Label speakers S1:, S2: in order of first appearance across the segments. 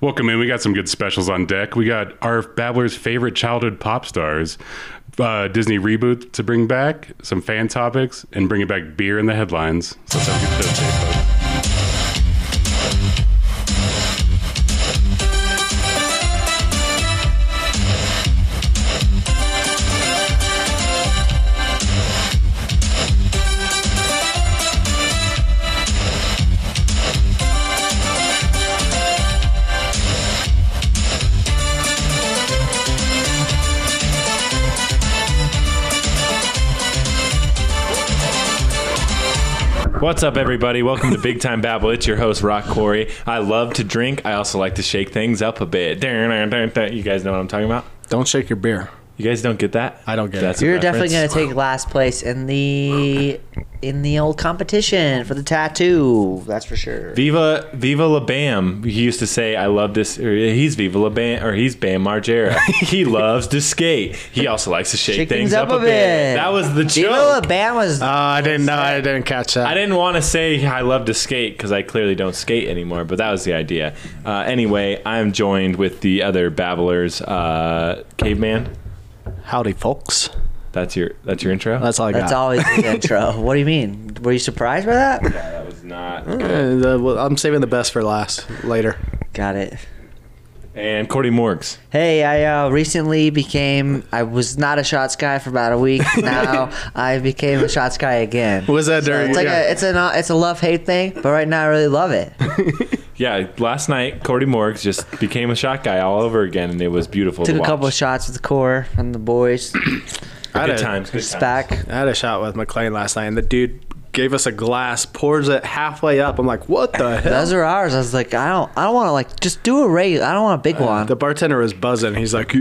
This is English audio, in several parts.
S1: Welcome in. We got some good specials on deck. We got our Babbler's favorite childhood pop stars, uh, Disney reboot to bring back, some fan topics, and bringing back beer in the headlines. So let's have a good show today, folks.
S2: What's up, everybody? Welcome to Big Time Babble. It's your host, Rock Corey. I love to drink. I also like to shake things up a bit. You guys know what I'm talking about?
S3: Don't shake your beer.
S2: You guys don't get that?
S3: I don't get
S2: That's
S3: it.
S2: a
S4: You're definitely going
S2: reference.
S4: to take last place in the in the old competition for the tattoo. That's for sure.
S2: Viva Viva La Bam. He used to say, "I love this." Or he's Viva La Bam, or he's Bam Margera. he loves to skate. He also likes to shake,
S4: Shake
S2: things, up, a bit. That was the
S4: Viva
S2: joke. Oh
S4: La Bam was
S3: Uh, I didn't know. I didn't catch that.
S2: I didn't want to say I love to skate because I clearly don't skate anymore, but that was the idea. Uh, anyway, I'm joined with the other babblers. Uh, caveman,
S3: Howdy, folks.
S2: that's your that's your intro.
S3: That's all I
S4: that's
S3: got.
S4: always his intro. What do you mean? Were you surprised by that?
S2: that was not.
S3: Uh, the- well, I'm saving the best for last. Later.
S4: Got it.
S2: And Cody Morgs.
S4: Hey, I uh, recently became. I was not a shots guy for about a week. Now I became a shots guy again. Uh,
S3: What was that during?
S4: It's like
S3: yeah.
S4: a, it's a it's a love hate thing, but right now I really love it.
S2: Yeah, last night Cody Morgs just became a shot guy all over again, and it was beautiful.
S4: Took
S2: to
S4: a couple of
S2: watch.
S4: shots with the core and the boys.
S3: I had
S2: Good
S3: a-
S2: times. Good times.
S4: Back.
S3: I had a shot with McLean last night, and the dude gave us a glass, pours it halfway up. I'm like, what the hell?
S4: Those are ours. I was like, I don't, I don't want to like just do a regular. I don't want a
S2: Uh,
S4: big one.
S3: The bartender was buzzing. He's like,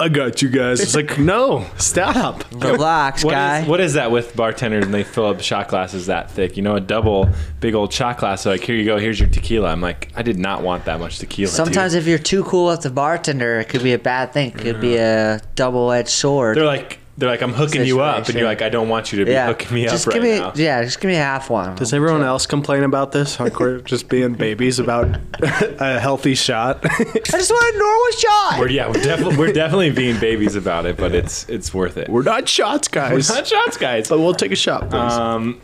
S3: I got you guys. It's like, no, stop.
S4: Relax,
S2: What
S4: guy.
S2: is, what is that with bartenders and they fill up shot glasses that thick? You know, a double big old shot glass. So like, here you go, here's your tequila. I'm like, I did not want that much tequila. dude.
S4: Sometimes if you're too cool with the bartender, it could be a bad thing. It could be a double-edged sword.
S2: they're like, they're like, I'm hooking you up, and
S4: Situation.
S2: you're like, I don't want you to be
S4: yeah,
S2: hooking me
S4: just
S2: up
S4: give
S2: right
S4: me,
S2: now.
S4: yeah, just give me a half one.
S3: Does everyone else complain about this? Like we're just being babies about a healthy shot.
S4: I just want a normal
S2: We're,
S4: shot.
S2: yeah, we're definitely we're definitely being babies about it, but it's it's worth it.
S3: we're not shots, guys.
S2: Hot shots, guys.
S3: But we'll take a shot, please.
S2: Um,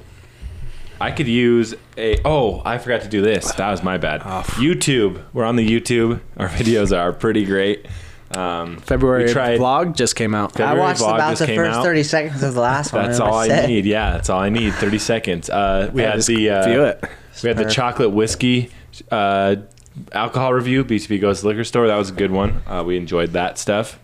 S2: I could use a. Oh, I forgot to do this. That was my bad.
S4: Oh,
S2: YouTube. We're on the YouTube. Our videos are pretty great. Um,
S3: February
S2: we tried-
S3: vlog just came out.
S4: I
S2: February
S4: watched
S2: vlog
S4: about
S2: just
S4: the
S2: came
S4: first
S2: out.
S4: 30 seconds of the last one.
S2: That's
S4: and I
S2: all I
S4: said-
S2: need. Yeah, that's all I need. Thirty seconds. Uh, we
S3: Yeah,
S2: had
S3: just
S2: the uh,
S3: view it.
S2: we had the chocolate whiskey uh, alcohol review. BCB goes to the liquor store. That was a good one. Uh, we enjoyed that stuff.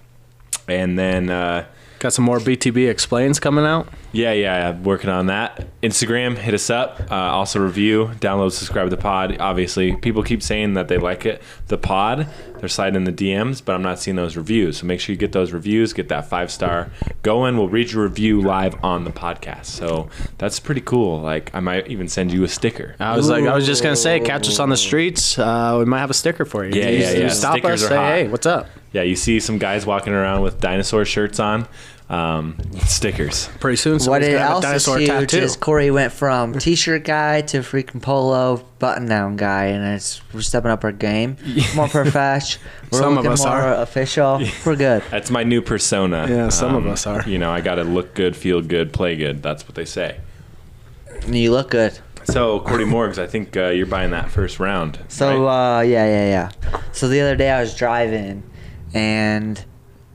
S2: And then uh,
S3: Got some more BTB explains coming out.
S2: yeah, yeah, I'm working on that. Instagram, hit us up. Uh, also review, download, subscribe to the pod. Obviously, people keep saying that they like it, the pod. They're sliding in the DMs, but I'm not seeing those reviews. So make sure you get those reviews, get that five star going. We'll read your review live on the podcast. So that's pretty cool. Like I might even send you a sticker.
S3: I was like, I was just gonna say, catch us on the streets. Uh, we might have a sticker for you.
S2: Yeah,
S3: You-
S2: yeah,
S3: you
S2: yeah.
S3: Stop
S2: Stickers
S3: us.
S2: are
S3: Say,
S2: hot.
S3: hey, what's up?
S2: Yeah, you see some guys walking around with dinosaur shirts on, um, stickers.
S3: Pretty soon,
S4: What
S3: someone's
S4: it
S3: gonna have a
S4: else is
S3: dinosaur
S4: huge
S3: tattoo.
S4: is Corey went from t-shirt guy to freaking polo button-down guy, and it's we're stepping up our game. More profesh. We're
S3: Some of
S4: looking
S3: us
S4: more
S3: are.
S4: official. We're good.
S2: That's my new persona. Um,
S3: Yeah, some of us are.
S2: You know, I got to look good, feel good, play good. That's what they say.
S4: You look good.
S2: So, Cordy Morgs, I think uh, you're buying that first round.
S4: So
S2: right?
S4: uh, yeah, yeah, yeah. So the other day I was driving, and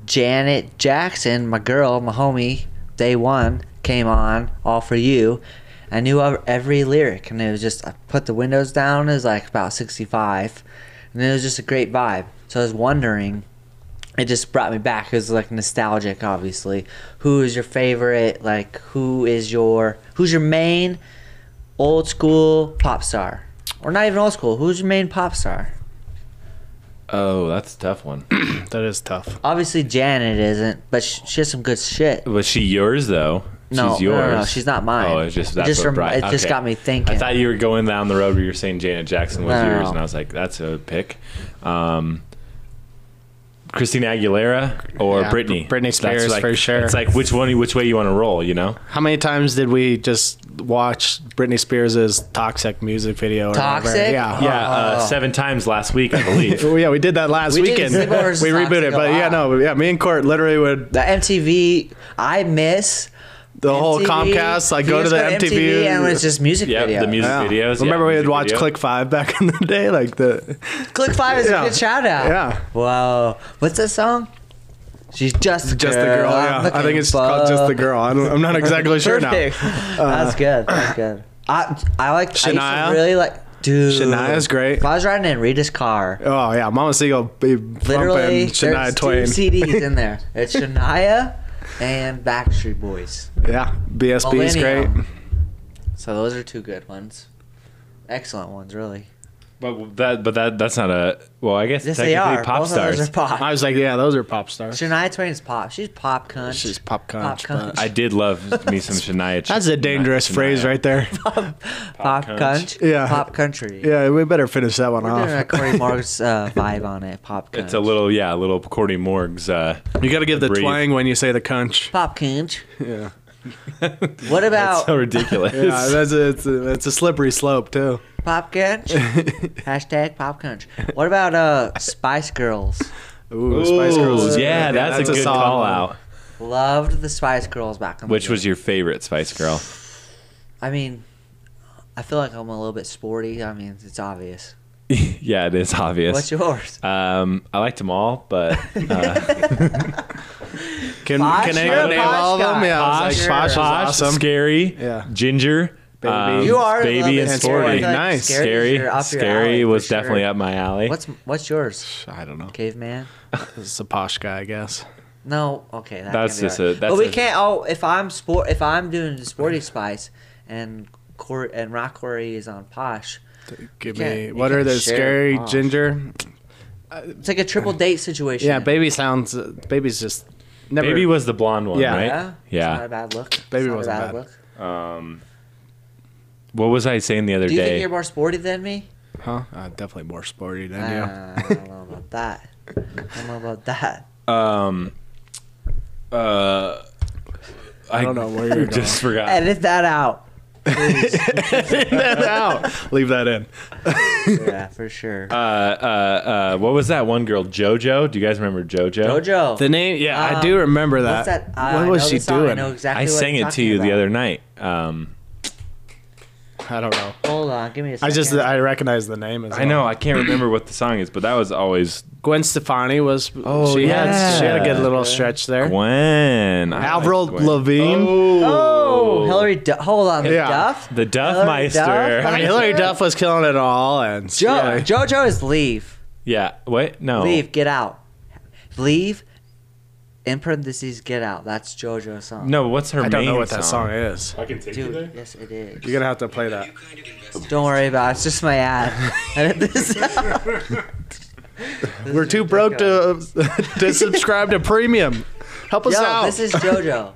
S4: Janet Jackson, my girl, my homie, day one came on, all for you. I knew ev- every lyric, and it was just I put the windows down. It was like about sixty-five, and it was just a great vibe. So I was wondering it just brought me back. It was like nostalgic, obviously. Who is your favorite? Like, who is your who's your main old school pop star, or not even old school? Who's your main pop star?
S2: oh, that's a tough one.
S3: that is tough.
S4: Obviously, Janet isn't, but she, she has some good shit.
S2: Was she yours though?
S4: No,
S2: she's yours.
S4: no, no, no, she's not mine.
S2: Oh, it's just
S4: It
S2: that's
S4: just
S2: what
S4: rem-
S2: brought-
S4: it just
S2: okay.
S4: got me thinking.
S2: I thought you were going down the road where you were saying Janet Jackson was
S4: No, no,
S2: yours,
S4: no.
S2: and I was like, that's a pick. Um, Christina Aguilera or
S3: Yeah,
S2: Britney.
S3: Britney Spears,
S2: like,
S3: for sure.
S2: It's like which one, which way you want to roll, you know?
S3: How many times did we just watch Britney Spears' toxic music video? Or whatever?
S4: Toxic?
S3: Yeah.
S2: Yeah, uh,
S4: Oh.
S2: seven times last week, I believe.
S3: Well, yeah, we did that last
S4: We did
S3: weekend.
S4: Zip Wars
S3: we
S4: Toxic
S3: rebooted,
S4: a
S3: but yeah,
S4: lot.
S3: no, yeah, me and Court literally would
S4: The MTV, I miss
S3: the whole
S4: MTV.
S3: Comcast. Like,
S4: You
S3: go to
S4: just
S3: the MTV,
S4: and it was just music
S2: yeah,
S4: video.
S2: the music
S3: Yeah.
S2: videos.
S3: Remember,
S2: yeah,
S3: we would
S2: music
S3: watch
S2: video.
S3: Click Five back in the day, like the
S4: Click five is
S3: Yeah.
S4: a good shout out.
S3: Yeah.
S4: Wow. What's that song? She's just a
S3: just the
S4: girl.
S3: girl.
S4: I'm
S3: Yeah, I
S4: looking
S3: think it's called
S4: for-
S3: just the girl. I don't, I'm not exactly sure now. Uh,
S4: Perfect. That's good. That's good. I I like I used
S3: Shania?
S4: to really like dude.
S3: Shania's great.
S4: If I was riding in Rita's car,
S3: Oh yeah, Mama Seagull, be
S4: literally
S3: bumping
S4: there's
S3: Shania Twain.
S4: two CDs in there. It's Shania and Backstreet Boys.
S3: yeah, BSB is great.
S4: Millennium. So those are two good ones. Excellent ones, really.
S2: But that, but that, that's not a. Well, I guess
S4: Yes, they
S2: technically
S4: are.
S2: pop
S4: Both Of
S2: stars.
S4: those are pop.
S3: I was like, yeah, those are pop stars.
S4: Shania Twain is pop. She's pop cunt.
S3: She's pop conch.
S4: Pop cunt.
S2: I did love me some Shania.
S3: That's a dangerous
S2: Shania.
S3: phrase right there.
S4: pop
S2: cunt.
S4: cunt.
S3: Yeah.
S4: Pop country.
S3: Yeah, Uh-huh. we better finish that one
S4: We're doing a
S3: off.
S4: Corey Morris uh, vibe on it. Pop cunt.
S2: It's a little, yeah, a little Courtney Morgs. Uh,
S3: You got to give the
S2: Breathe.
S3: twang when you say the conch.
S4: pop cunt.
S3: Yeah,
S4: What
S2: that's
S4: about
S2: so ridiculous.
S3: yeah, that's a, it's a, it's a slippery slope too.
S4: pop cunt? Hashtag pop cunt. What about uh Spice Girls?
S3: Ooh, Spice Girls.
S2: Ooh,
S3: is
S2: yeah,
S3: good.
S2: that's, a good
S3: solid
S2: call
S3: one.
S2: out.
S4: Loved the Spice Girls back in the
S2: Which
S4: day.
S2: was your favorite Spice Girl?
S4: I mean, I feel like I'm a little bit sporty. I mean, it's obvious.
S2: yeah, it is obvious.
S4: What's yours?
S2: Um, I liked them all, but uh,
S3: Can,
S4: Posh?
S3: can
S4: You're a
S3: anyone name
S4: posh
S3: all of them?
S4: guy.
S3: Yeah, I was
S2: Posh,
S3: like, Posh is
S2: Posh,
S3: awesome.
S2: Scary,
S3: Yeah.
S2: Ginger,
S3: Baby.
S2: um,
S4: you are a little
S2: Baby
S4: bit
S2: and
S3: It's
S4: sporty. I
S2: Sporty.
S4: feel like
S3: Nice.
S4: is
S2: Scary,
S4: your- up your
S2: scary
S4: alley for
S2: was
S4: sure.
S2: definitely up my alley.
S4: What's what's yours?
S3: I don't know.
S4: Caveman.
S3: This is a posh guy, I guess.
S4: No, okay. That
S2: That's
S4: can't be
S2: just
S4: right.
S2: a- that's
S4: but we
S2: a-
S4: can't. Oh, if I'm sport, if I'm doing the sporty spice, and Cor- and Rock Quarry is on Posh,
S3: Give
S4: You can't-
S3: me
S4: you
S3: what are
S4: can't
S3: those
S4: share
S3: scary
S4: Posh.
S3: ginger?
S4: it's like a triple date situation.
S3: Yeah, baby sounds. uh, Baby's just never.
S2: Baby was the blonde one,
S3: Yeah.
S2: right?
S4: Yeah,
S2: Yeah.
S4: It's not a bad look. It's
S3: Baby
S4: not a
S3: wasn't bad.
S4: look.
S2: What was I saying the other
S4: Do you
S2: day?
S4: think you're more sporty than me?
S3: huh? Uh, definitely more sporty than
S4: Uh, I don't know about that. I don't know about that.
S2: um, uh, I,
S3: don't know where you're going.
S2: just forgot.
S4: Edit that out.
S3: you. That's out. Leave that in.
S4: Yeah, for sure.
S2: uh, uh, uh, what was that one girl, JoJo? Do you guys remember JoJo?
S4: Jojo.
S3: The name. Yeah, I
S4: Um,
S3: do remember that.
S4: What's that? Uh,
S3: what
S4: I
S3: was
S4: know
S3: she
S4: the song. I
S3: doing?
S4: know exactly
S2: I
S4: what
S2: sang
S4: you're
S2: it to
S4: talking
S2: you the
S4: about.
S2: other night. Um,
S3: I don't know.
S4: Hold on, give me a
S3: I
S4: second.
S3: just I recognize the name. As
S2: I know I can't remember what the song is, but that was always
S3: Gwen Stefani was. Oh she
S2: yeah.
S3: Had, she had a good little
S4: Yeah.
S3: stretch there.
S2: Gwen. I
S3: Avril
S2: like Gwen. Oh.
S3: Lavigne.
S4: Oh, Hillary. Du- hold on,
S3: Yeah.
S4: Duff.
S2: The Duff
S4: Hillary
S2: Meister.
S3: I mean, Hillary Duff was killing it all, and
S4: Jo-
S3: Yeah.
S4: Jojo is leave.
S2: Yeah. What? No.
S4: Leave, get out. Leave, in parentheses, get out. That's JoJo's song.
S2: No. What's her
S3: I
S2: main
S3: don't know what
S2: song?
S3: that song is.
S1: I can take you
S4: Dude,
S1: there.
S4: yes, it is.
S3: You're gonna have to play that.
S4: Don't worry about it. It's just my ad. Edit this out. This
S3: We're
S4: is
S3: too broke
S4: ridiculous.
S3: to uh, to subscribe to premium. Help us
S4: Yo,
S3: out.
S4: this is JoJo.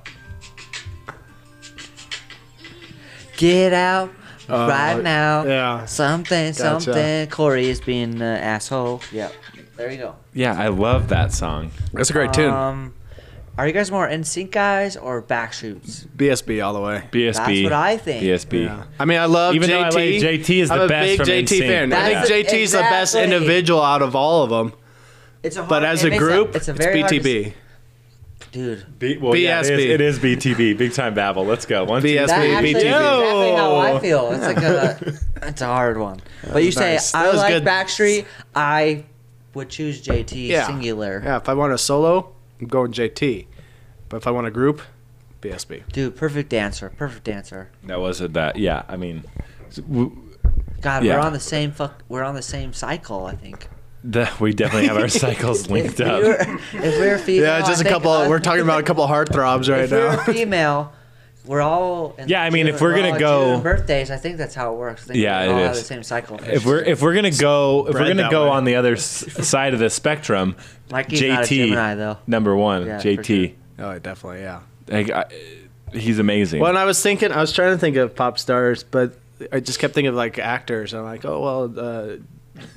S4: get out right now.
S3: Uh, yeah.
S4: Something,
S3: Gotcha.
S4: something. Corey is being an asshole. Yep. There you go.
S2: Yeah, I love that song.
S3: That's a great tune.
S4: Um, are you guys more NSYNC guys or Backstreets?
S3: BSB all the way.
S2: BSB.
S4: That's what I think.
S2: BSB.
S3: Yeah. I mean, I love
S2: Even
S3: JT.
S2: though I like JT is the
S3: I'm a
S2: best
S3: big
S2: from
S3: JT
S2: NSYNC.
S3: fan. I
S4: That's
S3: think JT's is the best
S4: exactly.
S3: individual out of all of them.
S4: It's a hard,
S3: But as
S4: it
S3: a
S4: makes
S3: group, it's,
S4: very hard
S3: BTB.
S4: to- dude.
S2: B- well, yeah, it is-
S3: BSB.
S2: it is BTB. Big time babble. Let's go. One, two,
S3: BSB.
S4: That actually is
S3: BTB.
S4: exactly how I feel. It's like a, it's a hard one. But you
S3: was
S4: say
S3: nice.
S4: I
S3: That was
S4: like
S3: good.
S4: Backstreet. I would choose JT
S3: Yeah.
S4: singular.
S3: Yeah, if I want a solo, I'm going JT. But if I want a group, BSB.
S4: Dude, perfect answer. Perfect answer.
S2: That was a that. Yeah. I mean, s- w-
S4: God,
S2: Yeah.
S4: we're on the same fuck. We're on the same cycle. I think.
S2: the, we definitely have our cycles linked
S4: If we
S2: up.
S4: were, if we were female,
S3: Yeah, just
S4: a
S3: a couple. we're talking about a couple heartthrobs right
S4: uh, if we were
S3: now.
S4: female, we're all. in
S2: Yeah, I mean, if we're gonna
S4: all in
S2: go-
S4: June birthdays, I think that's how it works. I think
S2: Yeah,
S4: we all
S2: it
S4: have
S2: is.
S4: the same cycle.
S2: If we're if we're gonna go if we're
S3: Spread
S2: gonna
S3: that
S2: go
S3: way.
S2: on the other s- side of the spectrum,
S4: Mikey's
S2: JT
S4: not a Gemini though.
S2: number one.
S4: Yeah, for
S2: JT.
S3: Oh, definitely. Yeah.
S2: Like, I, he's amazing.
S3: Well, and I was thinking, I was trying to think of pop stars, but I just kept thinking of like actors. And I'm like, oh well, uh,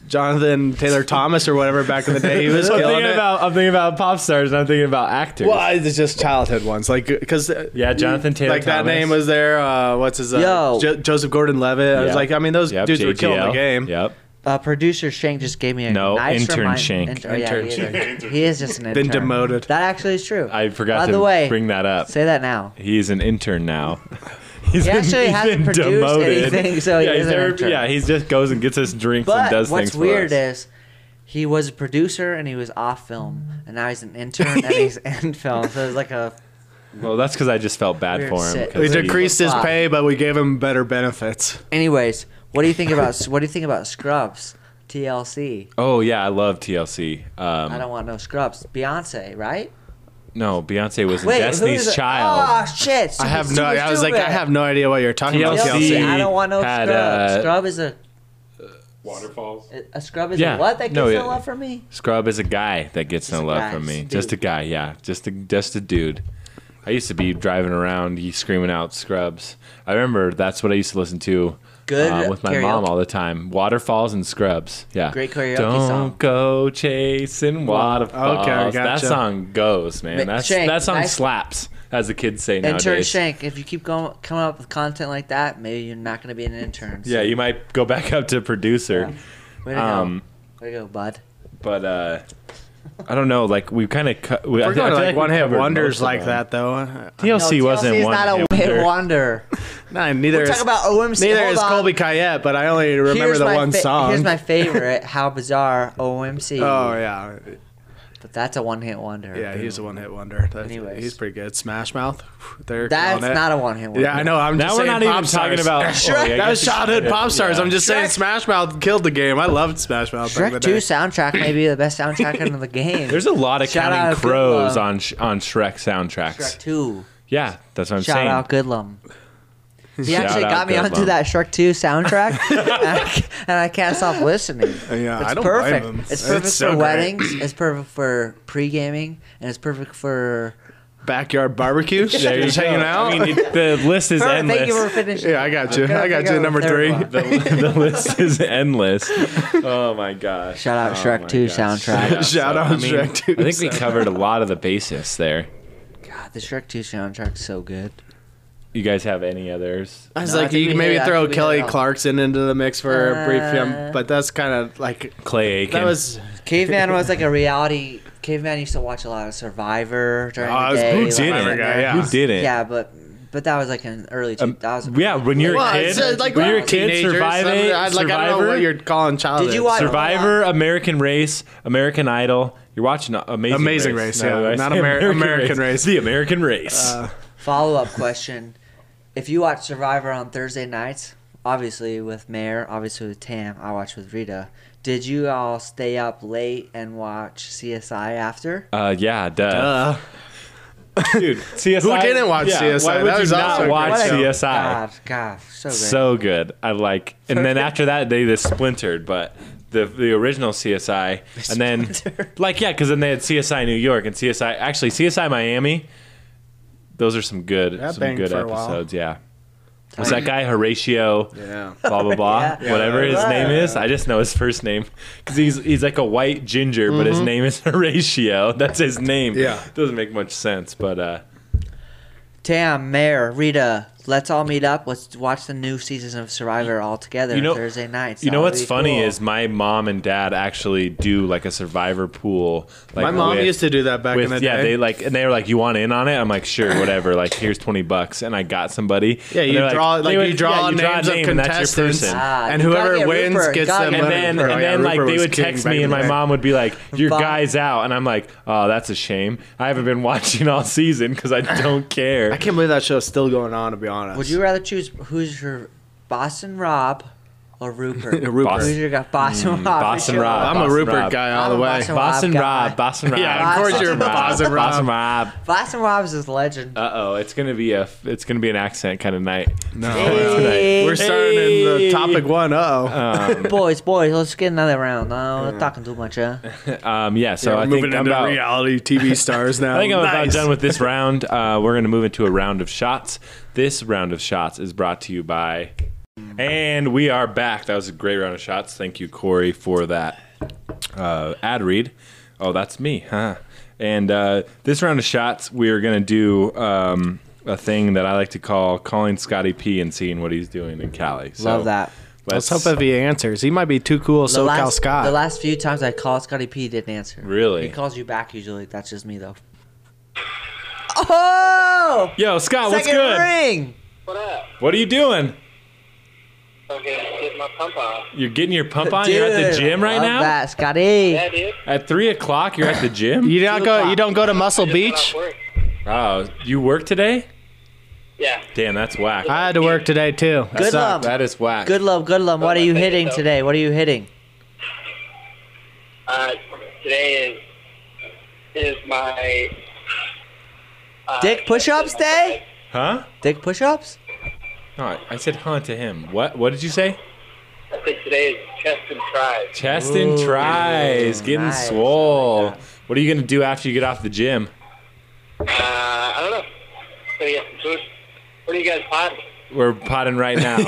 S3: Jonathan Taylor Thomas or whatever back in the day. He was
S2: I'm
S3: killing
S2: thinking
S3: it.
S2: about I'm thinking about pop stars and I'm thinking about actors.
S3: well, it's just childhood ones, like because
S2: Yeah, Jonathan Taylor
S3: like that
S2: Thomas.
S3: name was there. Uh, what's his? Uh,
S4: Yo.
S3: Jo- Joseph Gordon-Levitt. I
S2: Yep.
S3: was like, I mean, those
S2: Yep,
S3: dudes were killing the
S2: JGL.
S3: game.
S2: Yep.
S4: Uh, producer Shank just gave me a
S2: No,
S4: nice
S2: intern
S4: remind-
S2: Shank.
S4: Inter- yeah,
S3: Intern
S4: he is
S3: Shank.
S4: a- He is just an intern.
S3: demoted.
S4: That actually is true.
S2: I forgot
S4: By
S2: to
S4: the way,
S2: bring that up.
S4: Say that now.
S2: He's an intern now. He's
S4: He actually hasn't produced anything, so he
S2: yeah,
S4: is
S2: he's
S4: an
S2: never-
S4: intern.
S2: yeah, he just goes and gets us drinks and
S4: But
S2: does
S4: what's
S2: things
S4: weird
S2: for us.
S4: is he was a producer and he was off film, and now he's an intern and he's in film. So it's like a
S2: well, that's because I just felt bad
S4: Weird
S2: for him.
S4: sit.
S2: 'cause
S3: We
S4: Is it-
S3: decreased his
S4: Wow.
S3: pay, but we gave him better benefits.
S4: Anyways, what do you think about what do you think about Scrubs? TLC.
S2: Oh yeah, I love TLC. Um,
S4: I don't want no Scrubs. Beyonce, right?
S2: no, Beyonce was in
S4: Wait, who
S2: Destiny's
S4: is it?
S2: Child.
S4: Oh shit!
S3: I
S4: Super,
S3: have no.
S4: Super
S3: I was like, I
S4: Stupid.
S3: have no idea what you're talking about.
S2: TLC.
S3: Kelsey.
S4: TLC. I don't want no
S2: had,
S4: Scrub.
S2: uh,
S4: scrub is a
S1: Waterfalls.
S4: a scrub is
S2: Yeah,
S4: a what that gets
S2: no,
S4: no
S2: yeah.
S4: love from me.
S2: Scrub is a guy that gets no
S4: a
S2: love
S4: guy,
S2: from me.
S4: just a
S2: Just a
S4: dude.
S2: guy, yeah, just a just a dude. I used to be driving around ye- screaming out Scrubs. I remember that's what I used to listen to.
S4: Good
S2: uh, with my mom
S4: karaoke.
S2: all the time. Waterfalls and Scrubs. Yeah.
S4: Great karaoke
S2: Don't
S4: song.
S2: go chasing waterfalls.
S3: okay,
S2: That
S3: gotcha.
S2: song goes, man.
S4: Ma-
S2: That's,
S4: Shank,
S2: that song
S4: nice-
S2: slaps, as the kids say nowadays.
S4: Intern Shank, if you keep going coming up with content like that, maybe you're not gonna be an intern. So
S2: Yeah, you might go back up to producer.
S4: way to
S2: Um,
S4: go, way to go, bud.
S2: but uh, I don't know. Like we kind of cut. We, I
S3: We're
S2: feel
S3: going to
S2: feel
S3: like
S2: we
S3: one hit
S2: covered
S3: wonders
S2: most of
S3: like
S2: them.
S3: that, though.
S2: TLC wasn't
S4: TLC is
S2: one.
S4: not a
S2: hit
S4: hit wonder.
S3: No, neither
S4: We're
S3: is
S4: talking about OMC.
S3: neither
S4: Hold
S3: is
S4: on.
S3: Colby Kayette, but I only remember
S4: Here's
S3: the
S4: my
S3: one
S4: fa-
S3: song.
S4: Here's my favorite, How Bizarre OMC.
S3: oh yeah,
S4: But that's a one hit wonder.
S3: yeah, he's a one-hit wonder. That's,
S4: Anyways.
S3: he's pretty good. Smash Mouth, they're
S4: That's
S3: killing it.
S4: not a one hit wonder.
S3: Yeah, I know. I'm
S2: Now
S3: just
S2: we're
S3: saying
S2: not even
S3: pop
S2: talking
S3: stars.
S2: about
S4: Shrek-
S2: I
S3: That was
S2: guess it's-
S3: childhood pop stars.
S2: yeah.
S3: I'm just saying,
S4: Shrek-
S3: Smash Mouth killed the game. I loved Smash Mouth. back in the
S4: Shrek 2
S3: day.
S4: soundtrack may be the best soundtrack in the game.
S2: There's a lot of
S4: Shout out uh,
S2: Counting
S4: Goodlum.
S2: Crows on Sh- on uh, Shrek soundtracks.
S4: Shrek 2.
S2: Yeah, that's what I'm
S4: Shout
S2: saying.
S4: out Goodlum. He
S2: Shout
S4: actually
S2: out
S4: got me onto
S2: Goodlum.
S4: that Shrek 2 soundtrack, and, I, and I can't stop listening.
S3: Yeah,
S4: it's
S3: I don't blame
S4: perfect.
S3: him.
S4: It's
S3: It's
S4: perfect for
S3: so great.
S4: weddings. It's perfect for pre gaming, and it's perfect for.
S3: Backyard barbecues.
S2: There you
S3: just
S2: go.
S3: hanging out.
S2: I mean, it- the list is
S4: Perfect.
S2: endless.
S4: Thank you for finishing.
S3: yeah, I got you.
S4: I'm gonna
S3: I got
S4: figure
S3: you.
S4: out
S3: Number
S4: the third
S3: three.
S4: one.
S2: the, the list is endless. Oh my gosh! Oh
S4: Shout out Shrek
S2: my
S4: 2
S2: gosh.
S4: soundtrack.
S3: Shout out Shrek 2
S2: I think we covered a lot of the basis there.
S4: God, the Shrek 2 soundtrack's so good.
S2: You guys have any others?
S3: I was
S4: No, I
S3: like,
S4: think
S3: you
S4: we
S3: can maybe
S4: hit- I
S3: throw
S4: think we hit
S3: Kelly
S4: all.
S3: Clarkson into the mix for a brief,
S4: Uh,
S3: um, but that's kind of like
S2: Clay Aiken.
S3: that was.
S4: Caveman was like a reality. Caveman used to watch a lot of Survivor during
S3: Oh, I
S4: the
S3: was
S4: day.
S3: big
S4: like,
S3: Survivor
S4: when
S3: guy,
S4: they're-
S3: yeah.
S2: Who didn't?
S4: Yeah, but but that was like an early
S3: Um,
S4: 2000.
S2: yeah, when you're
S3: Well,
S2: a kid,
S3: it's, uh, like
S2: when you're a
S3: well,
S2: kid,
S3: teenagers,
S2: surviving,
S3: something- I'd- like, I don't know
S2: survivor,
S3: what you're calling childhood.
S4: Did you watch-
S2: Survivor, American Race, American Idol. You're watching Amazing
S3: Amazing
S2: Race.
S3: Race, yeah,
S2: I
S3: not
S2: say
S3: Ameri- American Race. Uh,
S2: The American Race.
S4: Follow up question: If you watch Survivor on Thursday nights, obviously with Mayor, obviously with Tam, I watch with Rita. Did you all stay up late and watch CSI after?
S2: Uh, yeah, duh.
S3: Uh,
S2: Dude, CSI.
S3: Who didn't watch
S2: yeah,
S3: CSI?
S2: Why would
S3: That
S2: you
S3: was
S2: not
S3: also a
S2: watch
S3: great show.
S2: CSI?
S4: God, God, so great.
S2: So good. I like. And then after that, they just splintered, but. The, the original CSI and then like yeah because then they had CSI New York and CSI actually CSI Miami those are some good
S3: That
S2: some
S3: banged
S2: good
S3: for a while.
S2: episodes yeah was that guy Horatio
S3: yeah.
S2: blah blah blah
S4: Yeah.
S2: whatever his
S4: Yeah.
S2: name is I just know his first name because he's he's like a white ginger but his name is Horatio that's his name
S3: Mm-hmm. Yeah.
S2: doesn't make much sense but uh
S4: Tam, Mayor, Rita, let's all meet up. Let's watch the new season of Survivor all together
S2: You know-
S4: Thursday nights.
S2: You know
S4: That'll
S2: what's
S4: be
S2: funny
S4: cool.
S2: is my mom and dad actually do like a survivor pool. Like
S3: My mom used to do that back in the
S2: yeah,
S3: day.
S2: they like and they were like, "You want in on it?" I'm like, "Sure, whatever." Like, here's twenty bucks, and I got somebody.
S3: Yeah,
S2: And
S3: you
S2: they're
S3: draw like,
S2: they would-
S3: you
S2: yeah,
S3: draw
S2: you
S3: names
S2: name,
S3: of
S2: and that's your
S3: contestants,
S2: person.
S4: Ah,
S3: and
S4: you gotta
S3: whoever
S4: get
S3: wins
S4: Rupert.
S3: gets
S4: Gotta
S3: them.
S4: get
S2: and
S3: money.
S2: then,
S3: Oh,
S2: and
S3: yeah,
S2: then like
S3: Rupert
S2: they
S3: was
S2: would
S3: king
S2: text
S3: back
S2: me,
S3: in
S2: and
S3: the
S2: my
S3: day.
S2: mom would be like, "Your
S4: Bob-
S2: guy's out," and I'm like, "Oh, that's a shame. I haven't been watching all season because I don't care."
S3: I can't believe that show's still going on. To be honest,
S4: Would you rather choose who's your Boston Rob or Rupert?
S3: Rupert.
S4: Who's your guy? Boston Rob. for
S2: Hmm, Boston
S4: sure.
S2: Rob.
S3: I'm
S2: Boston
S3: a Rupert
S2: Rob.
S3: guy all
S4: I'm a
S3: the way.
S4: Boston
S2: Boston
S4: Rob guy.
S2: Rob, Boston Rob,
S3: Yeah, of course you're a Boston Rob.
S2: Boston Rob.
S4: Boston Rob is his legend.
S2: Uh oh, it's gonna be a it's gonna be an accent kind of night.
S3: No,
S4: Hey.
S3: we're starting in the topic one. Oh,
S4: boys, boys, let's get another round. No, we're talking too much, huh?
S2: Um, yeah, so
S3: we're
S2: I
S3: moving
S2: think I'm
S3: into
S2: about
S3: reality TV stars now.
S2: I think I'm about
S3: Nice.
S2: done with this round. Uh, we're gonna move into a round of shots. This round of shots is brought to you by And we are back. That was a great round of shots. Thank you, Corey, for that uh, ad read. Oh, that's me, huh? And uh, this round of shots, we are going to do um, a thing that I like to call calling Scotty P and seeing what he's doing in Cali. So
S4: Love that.
S3: Let's
S2: Let's,
S3: hope if he answers. He might be too cool,
S4: The
S3: SoCal
S4: last,
S3: Scott.
S4: The last few times I called Scotty P he didn't answer.
S2: Really?
S4: He calls you back usually. That's just me though. Oh!
S2: Yo, Scott, what's
S4: second
S2: good?
S4: ring.
S5: What up?
S2: What are you doing?
S5: Okay, get my pump on.
S2: You're getting your pump on. You're at the
S4: Dude,
S2: gym right
S4: love
S2: now.
S4: That Scotty.
S5: Yeah, dude.
S2: At three o'clock, you're at the gym.
S3: you don't go. You don't go to Muscle
S5: Just
S3: Beach.
S5: got off work.
S2: oh, you work today?
S5: Yeah.
S2: Damn, that's whack.
S3: I had to work today too. That
S4: Good
S3: sucked.
S4: luck.
S2: That is whack.
S4: Good love, good love. What are you hitting today? What are you hitting?
S5: Uh, today is is my uh,
S4: Dick push-ups day?
S2: Huh?
S4: Dick push-ups?
S2: No, I said huh to him. What? What did you say?
S5: I think today is chest and tries.
S2: Chest and
S4: Ooh,
S2: tries, getting
S4: nice.
S2: swole. What are you gonna do after you get off the gym?
S5: Uh, I don't know. Gonna get some food. What are you guys potting?
S2: We're potting right now.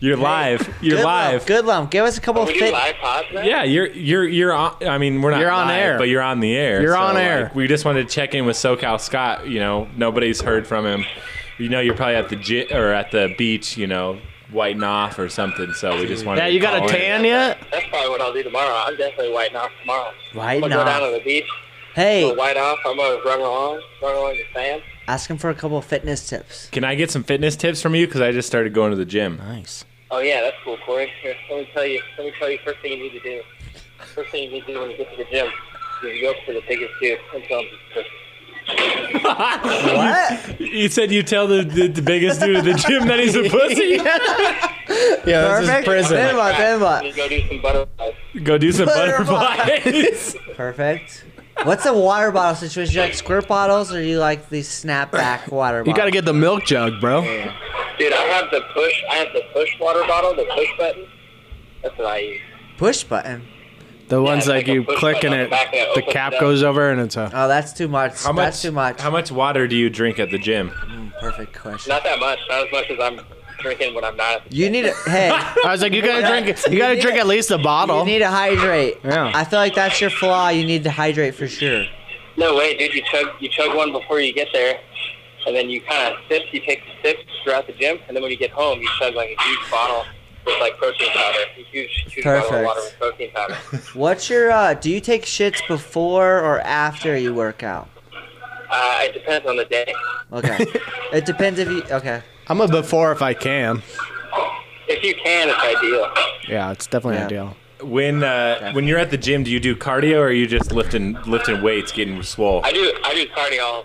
S2: you're live. You're
S4: good
S2: live.
S4: Lump, good lump. Give us a couple
S5: We do
S4: fit.
S5: live pods now.
S2: Yeah, you're you're you're on. I mean, we're not.
S3: You're on
S2: live,
S3: air.
S2: but you're on the air.
S3: You're on air.
S2: like, we just wanted to check in with SoCal Scott. You know, nobody's heard from him. You know, you're probably at the gy- or at the beach. You know, whiting off or something. So we just wanted.
S3: Oh, Yeah,
S2: to
S3: you got
S2: call
S3: a
S2: in.
S3: tan yet?
S5: That's probably what I'll do tomorrow. I'm definitely whiting off tomorrow.
S4: Whiting
S5: I'm gonna
S4: off.
S5: go down to the beach.
S4: Hey,
S5: Go white off. I'm gonna run along, run along the sand.
S4: ask him for a couple fitness tips.
S2: Can I get some fitness tips from you? Because I just started going to the gym.
S3: Nice.
S5: Oh yeah, that's cool, Corey. Here, let me tell you. Let me tell you. First thing you need to do. First thing you need to do when you get to the gym is you go up to the biggest dude and tell him he's pussy.
S4: What?
S2: You said you tell the, the, the biggest dude at the gym that he's a pussy.
S3: Yeah, this
S4: Perfect.
S3: is
S4: Then
S3: prison.
S4: what? Then what?
S5: Just go do some butterflies.
S2: Go do some
S4: Butterfly.
S2: butterflies.
S4: Perfect. What's the water bottle situation? You like squirt bottles or you like these snapback water bottles?
S3: You gotta get the milk jug, bro.
S5: Dude, I have the push. I have the push water bottle, the push button. That's what I use.
S4: push button.
S3: The ones
S5: it's
S3: like
S5: like a
S3: you
S5: push
S3: click
S5: button
S3: and
S5: on the
S3: it,
S5: back that
S3: the
S5: opens
S3: cap
S5: it up.
S3: goes over and it's a.
S4: Oh, that's too much.
S2: How much?
S4: that's too much.
S2: How much water do you drink at the gym?
S4: Perfect question.
S5: Not that much. Not as much as I'm drinking when I'm not. at the
S4: You need a hey.
S3: I was like, you gotta drink. You gotta
S4: need
S3: drink
S4: it.
S3: at least a
S4: you
S3: bottle.
S4: need to hydrate.
S3: Yeah.
S4: I feel like that's your flaw. You need to hydrate for sure.
S5: No way, dude. You chug. You chug one before you get there, and then you kind of sip. You take sips throughout the gym, and then when you get home, you chug like a huge bottle with like protein powder. A huge, huge bottle of
S4: Perfect.
S5: water with protein powder.
S4: What's your? uh Do you take shits before or after you work out?
S5: Uh, it depends on the day.
S4: Okay. it depends if you. Okay.
S3: I'm a before if I can.
S5: If you can, it's ideal.
S3: Yeah, it's definitely
S4: Yeah.
S3: ideal.
S2: When uh, when you're at the gym, do you do cardio or are you just lifting lifting weights, getting swole?
S5: I do. I do cardio all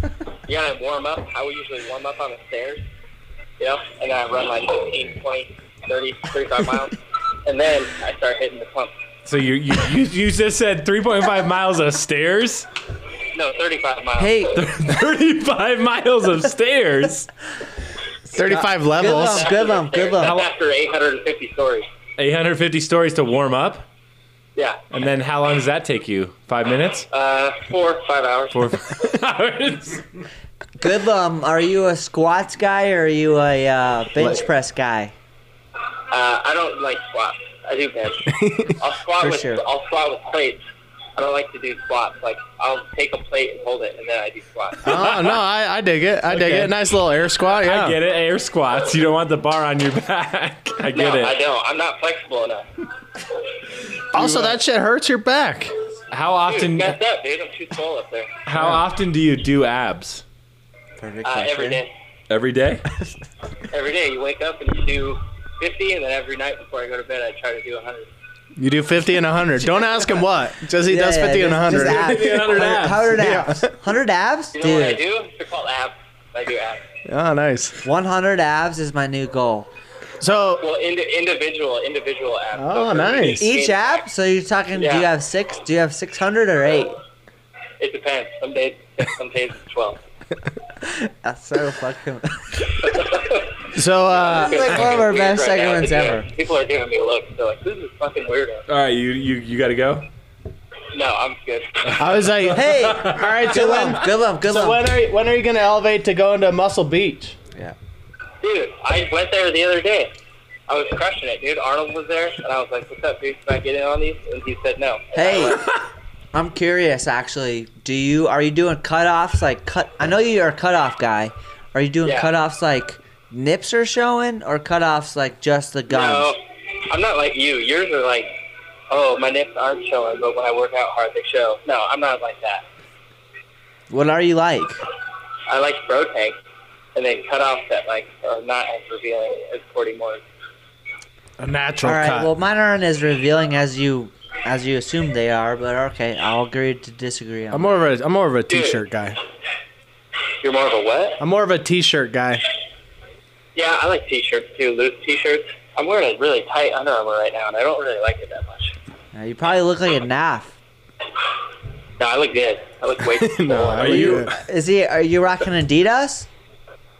S5: the time. you gotta warm up. I would usually warm up on the stairs. You know, and then I run like 15, 20, 30, 35 miles, and then I start hitting the pump.
S2: So you you, you, you just said 3.5 miles of stairs,
S5: No, 35 miles.
S4: Hey,
S2: 35 miles of stairs,
S3: 35
S4: good
S3: levels.
S4: lump, good lump, good lump.
S5: That's after 850 stories.
S2: 850 stories to warm up,
S5: Yeah.
S2: and then how long does that take you? Five minutes?
S5: Uh, four, five hours.
S2: Four hours?
S4: Good lump. Are you a squats guy or are you a uh, bench press guy?
S5: Uh, I don't like squats. I do bench. I'll squat
S4: For
S5: with
S4: sure.
S5: I'll squat with plates. I don't like to do squats. Like I'll take a plate and hold it, and then I do squats.
S3: Oh no, I, I dig it. I dig
S2: Okay.
S3: it. Nice little air squat. Yeah.
S2: I get it. Air squats. You don't want the bar on your back. I
S5: no,
S2: get it.
S5: I don't. I'm not flexible enough.
S3: Also,
S4: uh,
S3: that shit hurts your back.
S2: How
S5: Dude,
S2: often?
S5: messed up, dude. I'm too small up there.
S2: How often do you do abs?
S4: Perfect
S5: Uh, every day,
S2: Every day?
S5: every day you wake up and you do 50, and then every night before I go to bed, I try to do 100.
S3: You do 50 and 100. Don't ask him what. Just he
S4: Yeah,
S3: does
S4: yeah,
S3: 50 and
S4: just- just
S3: 100.
S4: abs.
S2: 100 abs.
S4: 100 abs. 100 abs?
S5: You know what I
S4: Dude,
S5: do? They're called abs. I do abs.
S3: Oh, nice.
S4: 100 abs is my new goal.
S3: So,
S5: Well, indi- individual, individual abs.
S3: Oh,
S5: for me,
S3: nice.
S4: Each
S5: it's-
S4: ab? So you're talking, do you
S5: Yeah.
S4: have six? Do you have 600 or eight?
S5: It depends. Some days, some days it's 12.
S4: That's so fucking.
S3: so uh,
S4: It's like one of our
S5: Weird
S4: best
S5: right now.
S4: segments
S5: Yeah,
S4: ever.
S5: People are giving me looks. They're like, "This is fucking weirdo."
S2: All right, you you you gotta go.
S5: No, I'm good.
S3: I was like,
S4: Hey,
S3: all right, so
S4: good
S3: when,
S4: lump, good lump, good
S3: so
S4: lump.
S3: when are you, when are you gonna elevate to go into Muscle Beach?
S4: Yeah.
S5: Dude, Dude, I went there the other day. I was crushing it, dude. Arnold was there, and I was like, "What's up, dude? Can I get in on these?" And he said no. And I
S4: Hey,
S5: went,
S4: I'm curious. Actually, do you are you doing cutoffs like cut? I know you're a cutoff guy. Are you doing
S5: Yeah.
S4: cutoffs like nips are showing, or cutoffs like just the
S5: no,
S4: guns?
S5: I'm not like you. Yours are like, "Oh, my nips aren't showing, but when I work out hard, they show." No, I'm not like that.
S4: What are you like?
S5: I like bro tank, and then cut off that like are not as revealing as 40 more.
S3: A
S4: All
S3: natural
S4: right.
S3: cut.
S4: Well, mine aren't as revealing as you as you assume they are, but okay, I'll agree to disagree on.
S3: I'm more of a I'm more of a t-shirt guy.
S5: You're more of a what?
S3: I'm more of a t-shirt guy.
S5: Yeah, I like t-shirts too. Loose t-shirts. I'm wearing a really tight Under Armour right now, and I don't really like it that much.
S4: that. Uh, you probably look like a naff.
S5: No, I look good. I look way too
S3: No,
S5: no,
S3: I
S5: I
S3: look
S5: look-
S3: good.
S4: Is he? Are you rocking Adidas?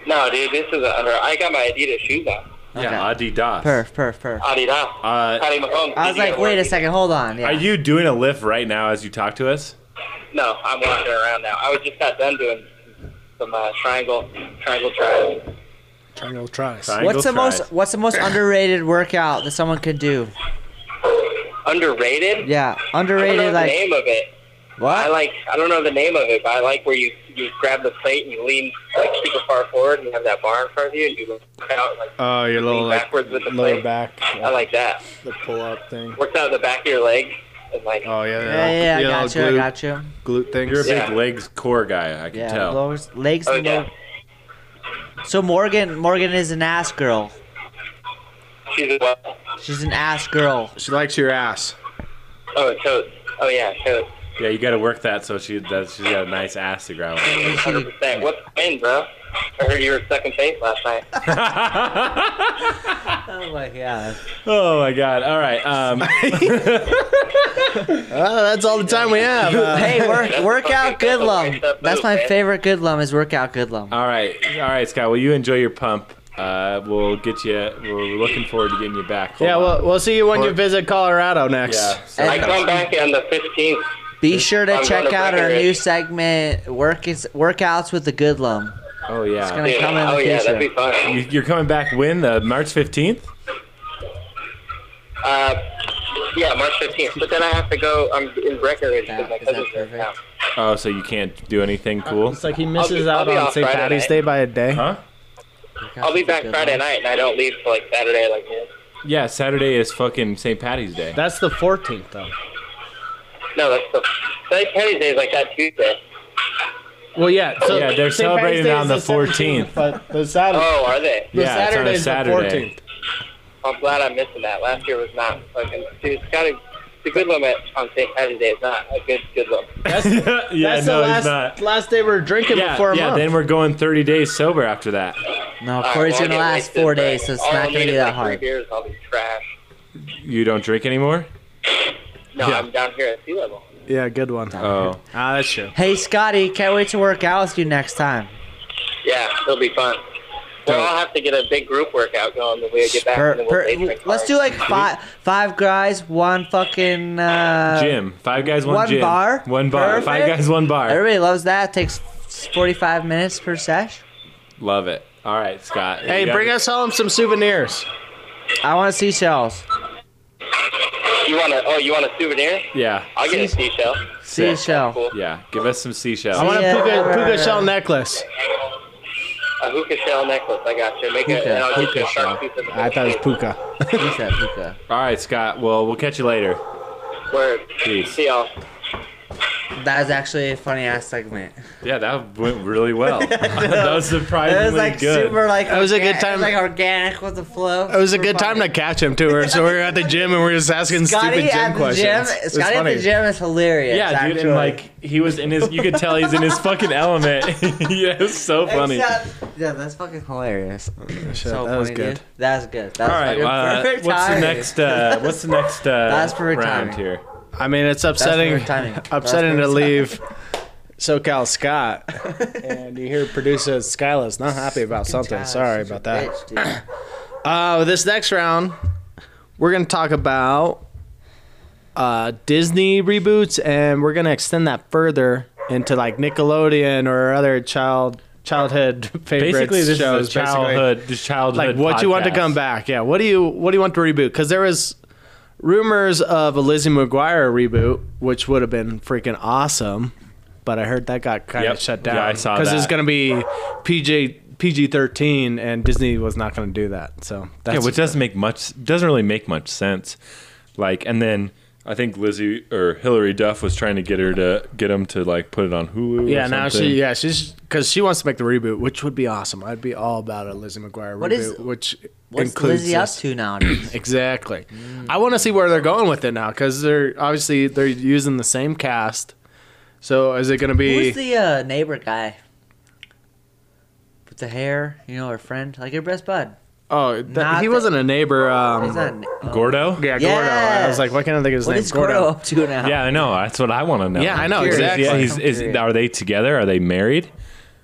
S5: no, dude, this is an under. I got my Adidas shoes on.
S2: Yeah, Adidas.
S4: Perf, perf, perf.
S5: Adidas.
S2: Uh,
S5: Patty Mahomes.
S4: I was
S5: did you
S4: like,
S5: wear
S4: wait a
S5: Adidas?
S4: second, hold on. Yeah.
S2: Are you doing a lift right now as you talk to us?
S5: No, I'm walking around now. I was just got done doing some uh, triangle, triangle tries.
S3: Triangle tries.
S2: Triangle
S4: What's the
S2: tries.
S4: most What's the most underrated workout that someone could do?
S5: Underrated.
S4: Yeah,
S5: I don't know
S4: underrated.
S5: the
S4: Like
S5: name of it. I
S4: what?
S5: like I don't know the name of it, but I like where you you grab the plate and you lean like super far forward and you have that bar in front of you and you look out like
S3: Oh, your little
S5: lean
S3: like,
S5: backwards with the
S3: lower
S5: plate.
S3: back,
S5: I like that.
S3: the pull-up thing.
S5: Works out of the back of your leg and like
S3: Oh yeah,
S4: Yeah, yeah, yeah, I got you. I got you.
S3: Glute things.
S2: You're a big
S5: Yeah.
S2: legs core guy. I can
S4: Yeah,
S2: tell.
S4: legs, legs.
S5: oh
S4: and
S5: yeah,
S4: lower- So Morgan, Morgan is an ass girl.
S5: she's a oh, what?
S4: She's an ass girl.
S3: She likes your ass.
S5: Oh totes. Oh yeah, totes.
S2: Yeah, you got to work that so she that she's got a nice ass to grab. on.
S5: Hundred percent. What's the win, bro? I heard you were second base last night.
S4: Oh my god.
S2: oh my god! All right. Um,
S3: Oh, that's all the time we have. Uh,
S4: Hey, work,
S5: That's
S4: workout
S5: fucking- that's a
S4: Goodlum.
S5: waste of
S4: That's
S5: food,
S4: my
S5: man.
S4: favorite Goodlum. Is workout Goodlum.
S5: Uh,
S2: all right. All right, Scott. Will you enjoy your pump? Uh, we'll get you. We're looking forward to getting you back. Hold
S3: yeah,
S2: on.
S3: well, we'll see you when you visit Colorado next.
S2: Yeah. so-
S5: I come back on the fifteenth.
S4: Be sure to
S5: I'm
S4: check
S5: gonna
S4: out our
S5: bring it.
S4: new segment, work is, workouts with the Goodlum.
S2: oh yeah.
S4: gonna-
S5: Yeah.
S4: Come in
S5: Oh
S4: the
S5: yeah,
S4: future.
S5: that'd be fun.
S2: You, you're coming back when? Uh, March 15th?
S5: Uh, yeah, March fifteenth. But then I have to go. I'm in Breckenridge
S4: That-
S5: because my
S4: is that
S5: cousin's in
S4: perfect?
S5: town.
S2: Oh, so you can't do anything cool?
S3: It's like he misses
S5: I'll be-
S3: out
S5: I'll be
S3: on
S5: off
S3: St.
S5: Friday
S3: Patty's
S5: night.
S3: Day by a day.
S2: Huh?
S5: I'll be back Friday night, and I don't leave till like Saturday, like noon.
S2: Yeah, Saturday is fucking St. Patty's Day.
S3: That's the 14th though.
S5: No, that's the St. Patty's Day is like that Tuesday.
S3: Well, yeah. So
S2: Yeah, they're
S3: St. Patty's
S2: celebrating
S3: Day
S2: on
S3: is
S2: the
S3: 17th, But the Saturday,
S5: Oh, are they?
S3: the
S2: yeah,
S3: Saturday
S2: it's
S3: is the
S2: on a Saturday.
S3: 14th.
S5: I'm glad I'm missing that. Last year was not fucking. Dude, it's kind of the good limit on St. Patty's Day is not a good good limit.
S2: yeah,
S3: That's
S2: no,
S3: the
S2: he's not.
S3: last, last day we're drinking
S2: Yeah,
S3: before a
S2: yeah
S3: month.
S2: then we're going 30 days sober after that.
S4: No,
S5: All right,
S4: Corey's
S5: well, I'll
S4: gonna
S5: get
S4: last
S5: wasted,
S4: four
S5: but
S4: days, so it's
S5: all I'll
S4: not gonna
S5: need
S4: be
S5: is,
S4: that
S5: like, three
S4: hard.
S5: Beers, I'll be trash.
S2: You don't drink anymore?
S5: No,
S2: Yeah.
S5: I'm down here at sea level.
S3: yeah, good one.
S2: Oh.
S3: Ah, that's true.
S4: Hey, Scotty, can't wait to work out with you next time.
S5: Yeah, it'll be fun. Well, I'll have to get a big group workout going when we get back.
S4: Per-
S5: and then we'll
S4: per-
S5: day drink
S4: let's do
S5: hard.
S4: like five, five guys, one fucking uh,
S2: Gym. Five guys, one,
S4: one
S2: gym.
S4: bar?
S2: One bar. Five
S4: Perfect.
S2: guys, one bar.
S4: Everybody loves that. Takes forty-five minutes per sesh.
S2: Love it. All right, Scott.
S3: Hey,
S2: You got
S3: bring
S2: it?
S3: us home some souvenirs.
S4: I want to see shells,
S5: You want to? Oh, you want a souvenir?
S2: Yeah.
S5: I'll get a seashell.
S4: see a
S2: Sick.
S4: shell.
S5: Cool.
S2: Yeah. Give us some seashells.
S3: I want a
S4: Yeah.
S3: puka, puka shell necklace.
S5: A hookah shell necklace. I got you. Make it,
S4: Hookah-
S5: and I'll get
S4: hookah
S5: you a
S4: shell.
S5: sharp piece of
S3: I thought it was puka.
S4: Who's that hookah?
S2: All right, Scott. Well, we'll catch you later.
S5: Word.
S2: Peace.
S5: See y'all.
S4: That was actually a funny ass segment.
S2: Yeah, that went really well. that was surprisingly
S4: It was like
S2: good.
S4: super like. It
S3: was a good time.
S4: It was like organic with the flow.
S3: It was a good time to catch him too. So we were at the gym and we were just asking
S4: Scotty
S3: stupid
S4: at
S3: gym
S4: the
S3: questions.
S4: gym.
S3: It's
S4: Scotty at
S3: funny.
S4: the gym is hilarious.
S2: yeah, dude, and
S4: actually.
S2: like he was in his. You could tell he's in his fucking element. yeah, it was so funny. Oh,
S4: Except, yeah, that's fucking hilarious.
S3: Shit,
S4: so
S3: that
S4: funny,
S3: was
S4: dude.
S3: good.
S4: That was good. That
S2: All
S4: was
S2: right,
S4: fucking
S2: uh,
S4: perfect
S2: what's the
S4: timing.
S2: next? Uh, what's the next uh,
S4: That's perfect
S2: round
S4: timing.
S2: here?
S3: I mean, it's upsetting.
S4: perfect timing. That's
S3: Upsetting to
S4: perfect
S3: leave SoCal Scott, and you hear producer Skyla's not happy about something.
S4: Tyler's
S3: Sorry
S4: such a
S3: about that.
S4: bitch, dude.
S3: Uh, this next round, we're gonna talk about uh, Disney reboots, and we're gonna extend that further into like Nickelodeon or other child childhood favorites
S2: Basically, this
S3: shows.
S2: is a
S3: basically.
S2: childhood, just
S3: like
S2: childhood.
S3: what you want to
S2: podcast.
S3: come back. Yeah, what do you what do you want to reboot? Because there was rumors of a Lizzie McGuire reboot, which would have been freaking awesome, but I heard that got kind
S2: Yep.
S3: of shut down.
S2: Yeah, I saw
S3: because it's
S2: that.
S3: going to be PJ PG thirteen, and Disney was not going to do that. So that's
S2: yeah, which doesn't make much doesn't really make much sense. Like, and then I think Lizzie or Hillary Duff was trying to get her to get him to like put it on Hulu.
S3: Yeah,
S2: or
S3: now
S2: something.
S3: she yeah she's because she wants to make the reboot, which would be awesome. I'd be all about a Lizzie McGuire
S4: What
S3: reboot,
S4: is-
S3: which
S4: What's
S3: includes
S4: Lizzie up
S3: this.
S4: to now?
S3: Exactly. I want to see where they're going with it now because they're obviously they're using the same cast. So is it going to be
S4: Who's the uh, neighbor guy? With the hair, you know, her friend, like your best bud.
S3: oh that,
S4: not
S3: he
S4: the-
S3: wasn't a neighbor? Um,
S4: Is that a na- oh.
S2: Gordo.
S3: yeah,
S4: Yeah.
S3: Gordo. I was like, why can't I think of his
S4: What
S3: name?
S4: is Gordo up to now?
S2: Yeah, I know. That's what I want to know.
S3: Yeah, I know,
S2: Is-
S3: exactly.
S2: Yeah, he's,
S4: I'm
S2: is,
S4: curious.
S2: are they together? Are they married?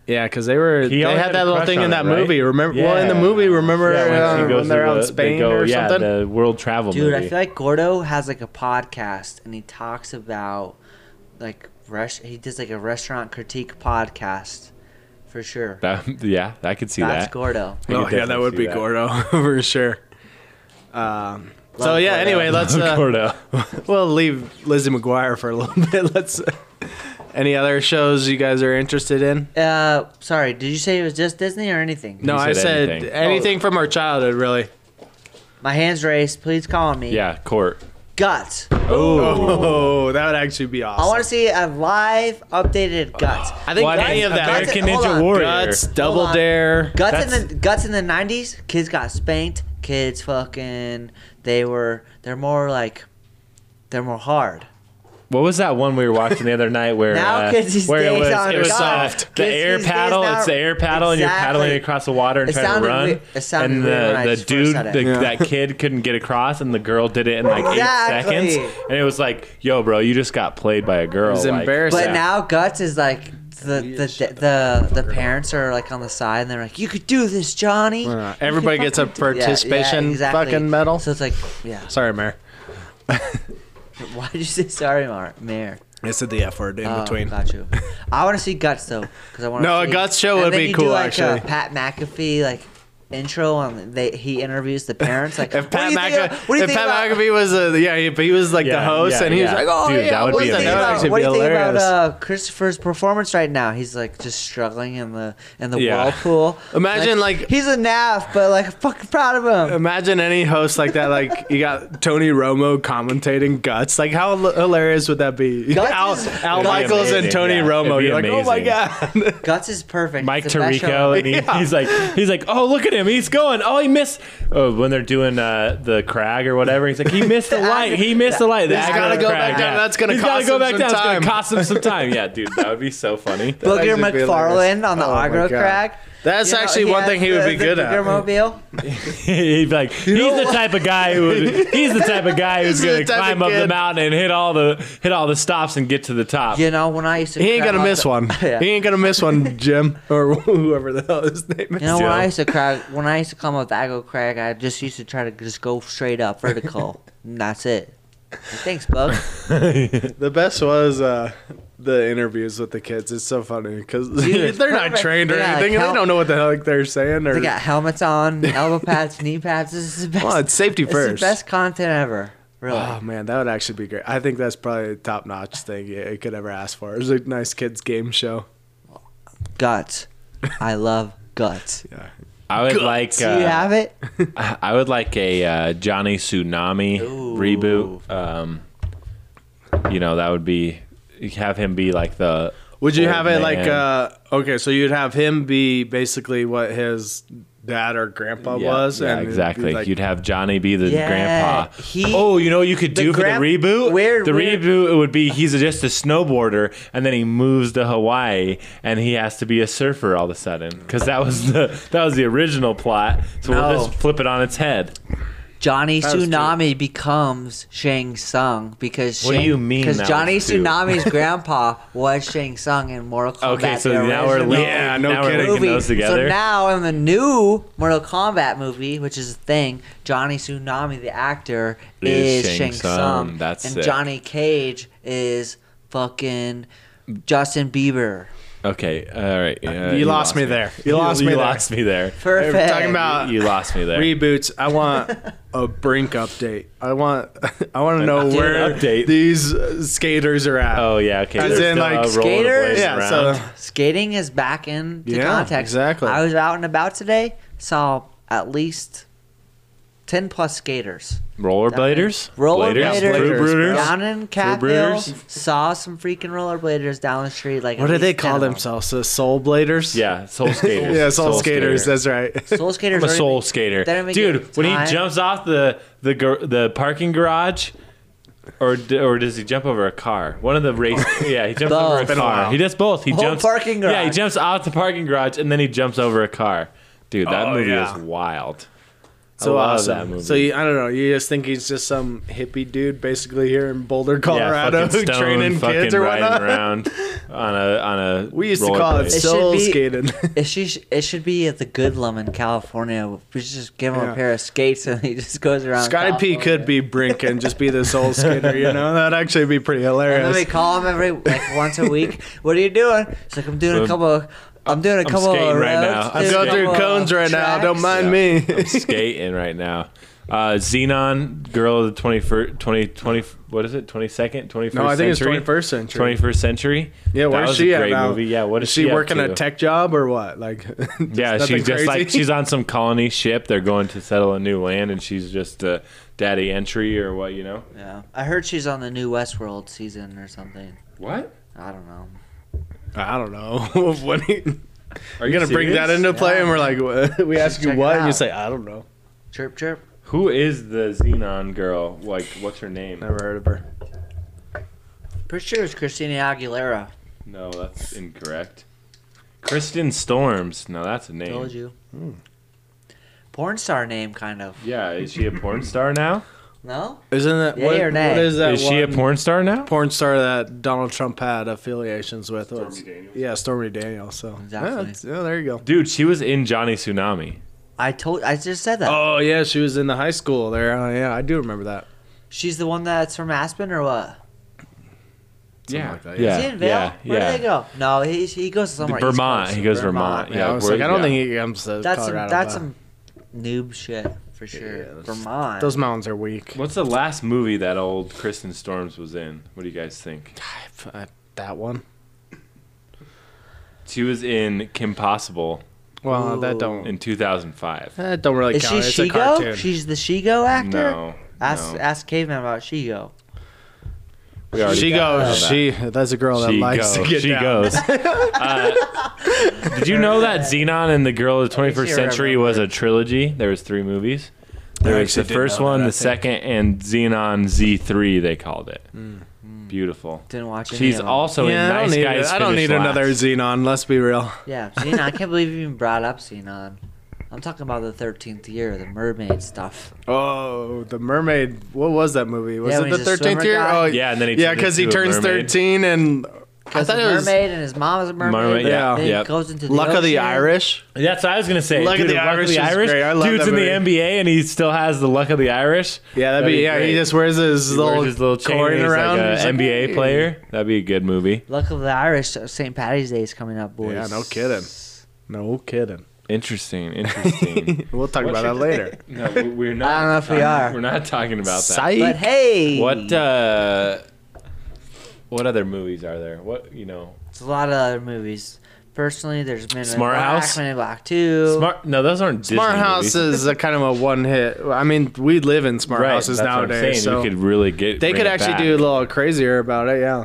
S3: Yeah, because they were
S2: He
S3: they
S2: always
S3: had,
S2: had
S3: that
S2: a
S3: little
S2: crush
S3: thing
S2: on
S3: in that
S2: her, right?
S3: movie. Remember? Well, in the
S2: Yeah.
S3: movie, remember
S2: Yeah,
S3: uh, when,
S2: to
S3: they're
S2: the-
S3: out in
S2: they
S3: Spain
S2: go-
S3: or
S2: yeah,
S3: something?
S2: the world travel
S4: Dude,
S2: movie.
S4: I feel like Gordo has like a podcast and he talks about like res- he does like a restaurant critique podcast for sure.
S2: That- yeah, I could see
S4: That's
S2: that.
S4: Gordo.
S2: I could
S3: oh yeah, that
S2: definitely
S3: would
S2: see
S3: be
S2: that.
S3: Gordo for sure. Um, so yeah,
S4: Gordo.
S3: anyway, let's uh,
S2: Gordo.
S3: We'll leave Lizzie McGuire for a little bit. Let's. Any other shows you guys are interested in?
S4: Uh, sorry, did you say it was just Disney or anything?
S3: No,
S2: You
S3: I
S2: said
S3: said anything,
S2: anything.
S3: from our childhood, really.
S4: My hands raised. Please call on me.
S2: Yeah, court.
S4: Guts.
S2: Oh.
S3: Oh, that would actually be awesome.
S4: I want to see a live updated Guts.
S3: I think
S2: Well, I
S3: any
S2: mean,
S3: of that.
S2: American
S4: Hold
S2: Ninja
S4: on.
S2: Warrior.
S3: Guts, Double
S4: on.
S3: Dare.
S4: Guts in
S2: That's-
S4: the guts in the nineties, kids got spanked. Kids fucking they were they're more like they're more hard.
S2: What was that one we were watching the other night where
S4: Now
S2: uh,
S4: kids these
S2: where
S4: days
S2: it was,
S4: on
S2: it was
S4: God.
S2: soft. the
S4: Kids
S2: air
S4: these days
S2: paddle?
S4: now-
S2: It's the air paddle, and you're
S4: Exactly.
S2: paddling across the water and
S4: It
S2: trying
S4: sounded
S2: to run.
S4: weird- it sounded
S2: and the,
S4: weird when I
S2: the
S4: first
S2: dude,
S4: said it.
S2: the, that kid couldn't get across, and the girl did it in like
S4: Exactly.
S2: eight seconds. And it was like, "Yo, bro, you just got played by a girl."
S3: It was
S2: like,
S3: embarrassing.
S4: But now Guts is like the the the, the, parents are like on the side and they're like, You could do this, Johnny.
S3: Uh,
S4: You could
S3: everybody gets a
S4: fucking do-" Yeah, yeah,
S3: participation
S4: exactly.
S3: fucking medal.
S4: So it's like yeah.
S3: Sorry, Mayor.
S4: Why did you say sorry, Mar- Mayor?
S3: I said the F word in
S4: Oh,
S3: between.
S4: got you. I want to see Guts though, because I want.
S3: No, a
S4: see.
S3: Guts show
S4: And
S3: would
S4: then
S3: be
S4: you
S3: cool,
S4: Do, like,
S3: actually.
S4: a Pat McAfee like intro on they he interviews the parents like.
S3: If Pat,
S4: what do you think,
S3: McAfee,
S4: what do you
S3: if
S4: think
S3: Pat
S4: about,
S3: McAfee was a yeah, he, but he was like the
S2: Yeah,
S3: host,
S2: yeah,
S3: and he was
S2: yeah.
S3: like, "Oh
S2: Dude,
S3: yeah,
S2: that would
S3: what
S4: What
S2: be
S3: do
S4: do
S3: you
S4: you think
S3: think
S2: amazing.
S3: about-
S4: about,
S3: actually
S4: what
S3: be
S4: do you think about
S3: hilarious.
S4: uh, Christopher's performance right now? He's like just struggling in the in the
S2: Yeah.
S4: whirlpool.
S3: Imagine, like- Um,
S4: he's a naff, but like fucking proud of him.
S3: uh, Imagine any host like that. Like you got Tony Romo commentating guts. Like how l- hilarious would that be?
S4: Guts
S3: Al,
S4: is-
S3: Al
S4: Guts
S3: Michaels
S4: is-
S3: and Tony
S2: yeah, it'd
S3: Romo.
S2: be
S3: You're like, oh my god.
S4: Guts is perfect.
S2: Mike
S4: It's the best
S2: Tirico,
S4: show.
S2: and he,
S3: Yeah.
S2: he's like, he's like, oh look at him, he's going. Oh, he missed. Oh, when they're doing uh, the crag or whatever, he's like, he missed the,
S4: The
S2: light.
S4: Agri-
S2: He missed the light. The
S3: He's
S2: Agri-
S3: gotta go back
S2: crag,
S3: down.
S2: yeah.
S3: That's gonna
S2: He's gotta
S3: cost
S2: go
S3: him
S2: back
S3: some
S2: down.
S3: time.
S2: It's gonna cost him some time. Yeah, dude, that would be so funny.
S4: Booger
S3: actually be hilarious.
S4: McFarland on the
S3: Oh my
S4: Agro
S3: God.
S4: Crag.
S3: That's
S4: You know,
S3: actually one
S4: has
S3: thing he would
S4: the-
S3: be
S4: the
S3: good at.
S4: Boogermobile.
S2: he's like, he's the type of guy who would, he's the type of guy who's
S3: He's the
S2: gonna
S3: type of
S2: climb up the
S3: kid.
S2: mountain and hit all the hit all the stops and get to the top.
S4: You know when I used to.
S3: He ain't
S4: crab
S3: gonna
S4: off
S3: miss
S4: the-
S3: one.
S4: Yeah.
S3: He ain't gonna miss one, Jim or whoever the hell his name is.
S4: You know, when I
S2: Joe.
S4: used to crack, when I used to come up with Aggo Craig, I just used to try to just go straight up vertical. and that's it. And Thanks, Bug.
S3: The best was uh, the interviews with the kids. It's so funny because
S4: it's
S3: they're not
S4: perfect.
S3: trained or
S4: They got, like,
S3: anything. and
S4: hel-
S3: they don't know what the heck they're saying. Or
S4: They got helmets on, elbow pads, knee pads. This is the best.
S3: Well, it's safety
S4: it's
S3: first.
S4: the best content ever. Really.
S3: Oh man, that would actually be great. I think that's probably the top notch thing you you could ever ask for. It was a nice kids game show.
S4: Guts. I love guts.
S2: I would like.
S4: Do you
S2: uh,
S4: have it?
S2: I would like a uh, Johnny Tsunami
S4: Ooh.
S2: reboot. Um, you know, that would be have him be like the.
S3: Would you
S2: old
S3: have it like
S2: Oh, man.
S3: uh okay, so you'd have him be basically what his dad or grandpa
S2: Yeah,
S3: was
S2: yeah,
S3: it'd be
S2: exactly.
S3: like-
S2: You'd have Johnny be the
S4: Yeah,
S2: grandpa.
S4: he-
S2: oh, you know what you could
S4: the
S2: do for
S4: grand-
S2: the reboot.
S4: weird-
S2: the
S4: weird-
S2: reboot it would be he's just a snowboarder, and then he moves to Hawaii, and he has to be a surfer all of a sudden because that was the that was the original plot. So
S4: No.
S2: we'll just flip it on its head.
S4: Johnny
S3: was cute.
S4: Tsunami becomes Shang Tsung because
S2: What do
S4: Shang-
S2: you mean that
S4: Because
S2: was
S4: Johnny
S2: cute?
S4: Tsunami's grandpa was Shang Tsung in Mortal Kombat.
S2: Okay, so
S4: the
S2: now we're
S4: original.
S2: linking,
S3: Yeah, no
S2: now we're
S3: kidding.
S2: linking
S4: movie.
S2: those together.
S4: So now in the new Mortal Kombat movie, which is a thing, Johnny Tsunami, the actor, is,
S2: Is Shang
S4: Shang Tsung.
S2: Tsung. That's
S4: and
S2: sick.
S4: Johnny Cage is fucking Justin Bieber.
S2: Okay. All right. uh, yeah,
S3: you lost me there. You lost me
S2: You
S3: there.
S2: lost me there.
S4: Perfect.
S3: We're talking about
S2: You lost me there.
S3: reboots. I want a brink update. I want I want to know
S2: update.
S3: where
S2: An update.
S3: these uh, skaters are at.
S2: Oh yeah. Okay.
S3: As
S2: They're
S3: in,
S2: still
S3: like,
S2: rolling
S4: skaters?
S2: blades
S3: yeah.
S2: around.
S3: So
S4: skating is back in to
S3: Yeah,
S4: context.
S3: exactly.
S4: I was out and about today, saw at least ten plus skaters.
S2: rollerbladers.
S4: Rollerbladers,
S2: Bladers? Fruit brooders?
S4: down in Capitol,
S2: brooders?
S4: saw some freaking rollerbladers down the street. Like,
S3: what
S4: at
S3: do they
S4: least 10
S3: call
S4: of 'em.
S3: themselves? The soul bladers.
S2: Yeah. Soul skaters.
S3: Yeah, soul, skaters.
S2: skater.
S3: That's right.
S4: Soul skaters.
S2: I'm a
S4: are-
S2: soul skater,
S4: they don't even
S2: dude.
S4: get
S2: When
S4: time.
S2: he jumps off the the gar- the parking garage, or d- or does he jump over a car? One of the race. Yeah, he jumps
S4: Both.
S2: over a
S4: It's been
S3: a
S2: car.
S3: while.
S2: he does both. He
S4: Whole
S2: jumps
S4: parking garage.
S2: Yeah, he jumps off the parking garage and then he jumps over a car. Dude, that
S3: Oh,
S2: movie
S3: yeah.
S2: is wild.
S3: so
S2: I love
S3: awesome.
S2: that movie.
S3: So you, I don't know. You just think he's just some hippie dude, basically here in Boulder, Colorado,
S2: fucking stoned,
S3: training
S2: fucking
S3: kids or
S2: riding
S3: whatnot.
S2: around on a on a.
S3: We used to call it
S4: should
S3: soul
S4: be-
S3: skating.
S4: It should, it should be at the Goodlum in California. We should just give him
S3: Yeah.
S4: a pair of skates and he just goes around.
S3: Sky P could be Brink and just be the soul skater. You know, that'd actually be pretty
S4: And then we
S3: hilarious.
S4: call him every like once a week. What are you doing? It's like I'm doing a
S2: Um,
S4: couple. Of, I'm doing a couple.
S2: skating
S4: of
S2: right
S4: roads,
S2: now. I'm
S3: Go
S4: doing a
S2: going
S3: through
S4: couple
S3: cones
S4: of
S3: right now. Don't
S4: tracks."
S3: mind me.
S2: skating right now. Uh, Xenon, girl of the 21st, 20, 20, what is it? 22nd, 21st
S3: No, I think it's
S2: century?
S3: 21st century.
S2: 21st century.
S3: Yeah,
S2: That
S3: where's
S2: was a
S3: she at
S2: great
S3: now?
S2: Movie. Yeah, what is
S3: she,
S2: up
S3: working
S2: to?
S3: a tech job or what? Like, just
S2: Yeah,
S3: nothing
S2: she's just like
S3: crazy?
S2: she's on some colony ship. They're going to settle a new land, and she's just a daddy entry or what, you know?
S4: Yeah, I heard she's on the new Westworld season or something.
S2: What?
S4: I don't know.
S3: I don't know. what are you,
S2: Are
S3: gonna bring that into play?
S4: Yeah.
S3: And we're like, what? we ask you
S4: check it
S3: what, and you
S4: out.
S3: say, I don't know.
S4: Chirp chirp.
S2: Who is the Xenon girl? Like, what's her name?
S3: Never heard of her.
S4: Pretty sure it's Christina Aguilera.
S2: No, that's incorrect. Kristen Storms. No, that's a name.
S4: Told you. Porn star name kind of.
S2: Yeah, is she a porn star now?
S4: No.
S3: Isn't that
S4: Yay
S3: what,
S4: or nay?
S3: what is that?
S2: Is she a
S3: one
S2: porn star now?
S3: porn star that Donald Trump had affiliations with? Stormy
S2: Daniels.
S3: Yeah, Stormy Daniels. So
S4: Exactly.
S3: Yeah, it's- yeah, there you go.
S2: Dude, she was in Johnny Tsunami.
S4: I told. I just said that.
S3: Oh yeah, she was in the high school there. Oh yeah, I do remember that.
S4: She's the one that's from Aspen or what?
S3: Yeah.
S2: like that,
S4: Is he in Vail? Where do they go? No, he, he goes somewhere. East
S2: Vermont.
S4: Coast.
S2: He goes Vermont.
S3: Yeah,
S2: Yeah,
S3: I was
S2: where-
S3: like, I don't
S2: yeah.
S3: think he comes to
S4: That's some,
S3: Colorado.
S4: that's
S3: but
S4: some noob shit for sure.
S3: that's-
S4: Vermont.
S3: Those mountains are weak.
S2: What's the last movie that old Kristen Storms was in? What do you guys think?
S3: Uh, That one.
S2: She was in Kim Possible
S3: Well, that
S4: Ooh.
S3: don't
S2: in 2005.
S3: that don't really
S4: Is
S3: count.
S4: she
S3: it's a
S4: Shigo?
S3: cartoon.
S4: She's the Shigo actor.
S2: No.
S4: Ask
S2: no.
S4: ask caveman about Shigo.
S2: We already
S3: she
S2: got
S3: goes.
S2: that.
S3: She that's a girl that likes to get
S2: she
S3: down.
S2: goes. Uh, did you know that Xenon and the Girl of the
S4: Let me
S2: 21st
S4: see her
S2: Century was a trilogy? There was three movies. There
S3: I
S2: was
S3: actually
S2: the
S3: did
S2: first
S3: know
S2: one,
S3: that, I
S2: the
S3: think.
S2: second, and Xenon Z3. They called it. Beautiful.
S4: Didn't watch any
S2: She's
S4: of 'em.
S2: also
S3: yeah, I
S2: in
S3: don't
S2: Nice
S3: need,
S2: Guys.
S3: I don't
S2: Finish
S3: need another
S2: Last.
S3: Xenon. Let's be real.
S4: Yeah, Xenon. I can't believe you even brought up Xenon. I'm talking about the 13th year, the mermaid stuff.
S3: Oh, the mermaid. What was that movie? Was
S4: Yeah,
S3: it
S4: when
S3: the
S4: he's a
S3: thirteenth
S4: swimmer
S3: year?
S4: guy.
S3: Oh,
S2: Yeah, and then he
S3: yeah,
S2: turns
S3: because he
S2: into a
S3: turns
S2: mermaid.
S3: thirteen, and I
S4: Because a
S3: thought it was
S4: mermaid and his mom is a mermaid.
S2: Mermaid, yeah,
S4: Then
S2: yeah.
S4: He goes into the
S3: Luck of the
S4: ocean.
S3: Irish.
S2: That's what I was gonna say.
S3: Luck of
S2: Dude,
S3: the Irish is great. I love
S2: Dude's
S3: that
S2: in
S3: movie.
S2: the NBA and he still has the luck of the Irish.
S3: Yeah, that'd, be, yeah.
S2: great.
S3: He just wears his
S2: He wears
S3: little
S2: his little chain
S3: coin
S2: and he's
S3: around.
S2: like
S3: He's
S2: an
S3: like,
S2: NBA
S3: "Hey."
S2: player. That'd be a good movie.
S4: Luck of the Irish. uh, St. Patty's Day is coming up, boys.
S3: Yeah, no kidding. No kidding.
S2: Interesting, interesting.
S3: We'll talk about that later.
S2: no, we- we're not.
S4: I don't know if we are.
S2: We're not talking about that.
S3: Psych.
S4: But hey,
S2: What uh, what other movies are there? What you know?
S4: It's a lot of other movies. Personally, there's Men in
S2: Smart
S4: Black,
S2: House?
S4: Men in Black Two.
S2: Smart? No, those aren't Disney
S3: Smart House
S2: movies.
S3: is a kind of a one hit. I mean, we live in smart
S2: right,
S3: houses
S2: that's what I'm
S3: nowadays,
S2: saying.
S3: so
S2: you could really get.
S3: they
S2: bring
S3: could
S2: it
S3: actually
S2: back.
S3: do a little crazier about it. Yeah.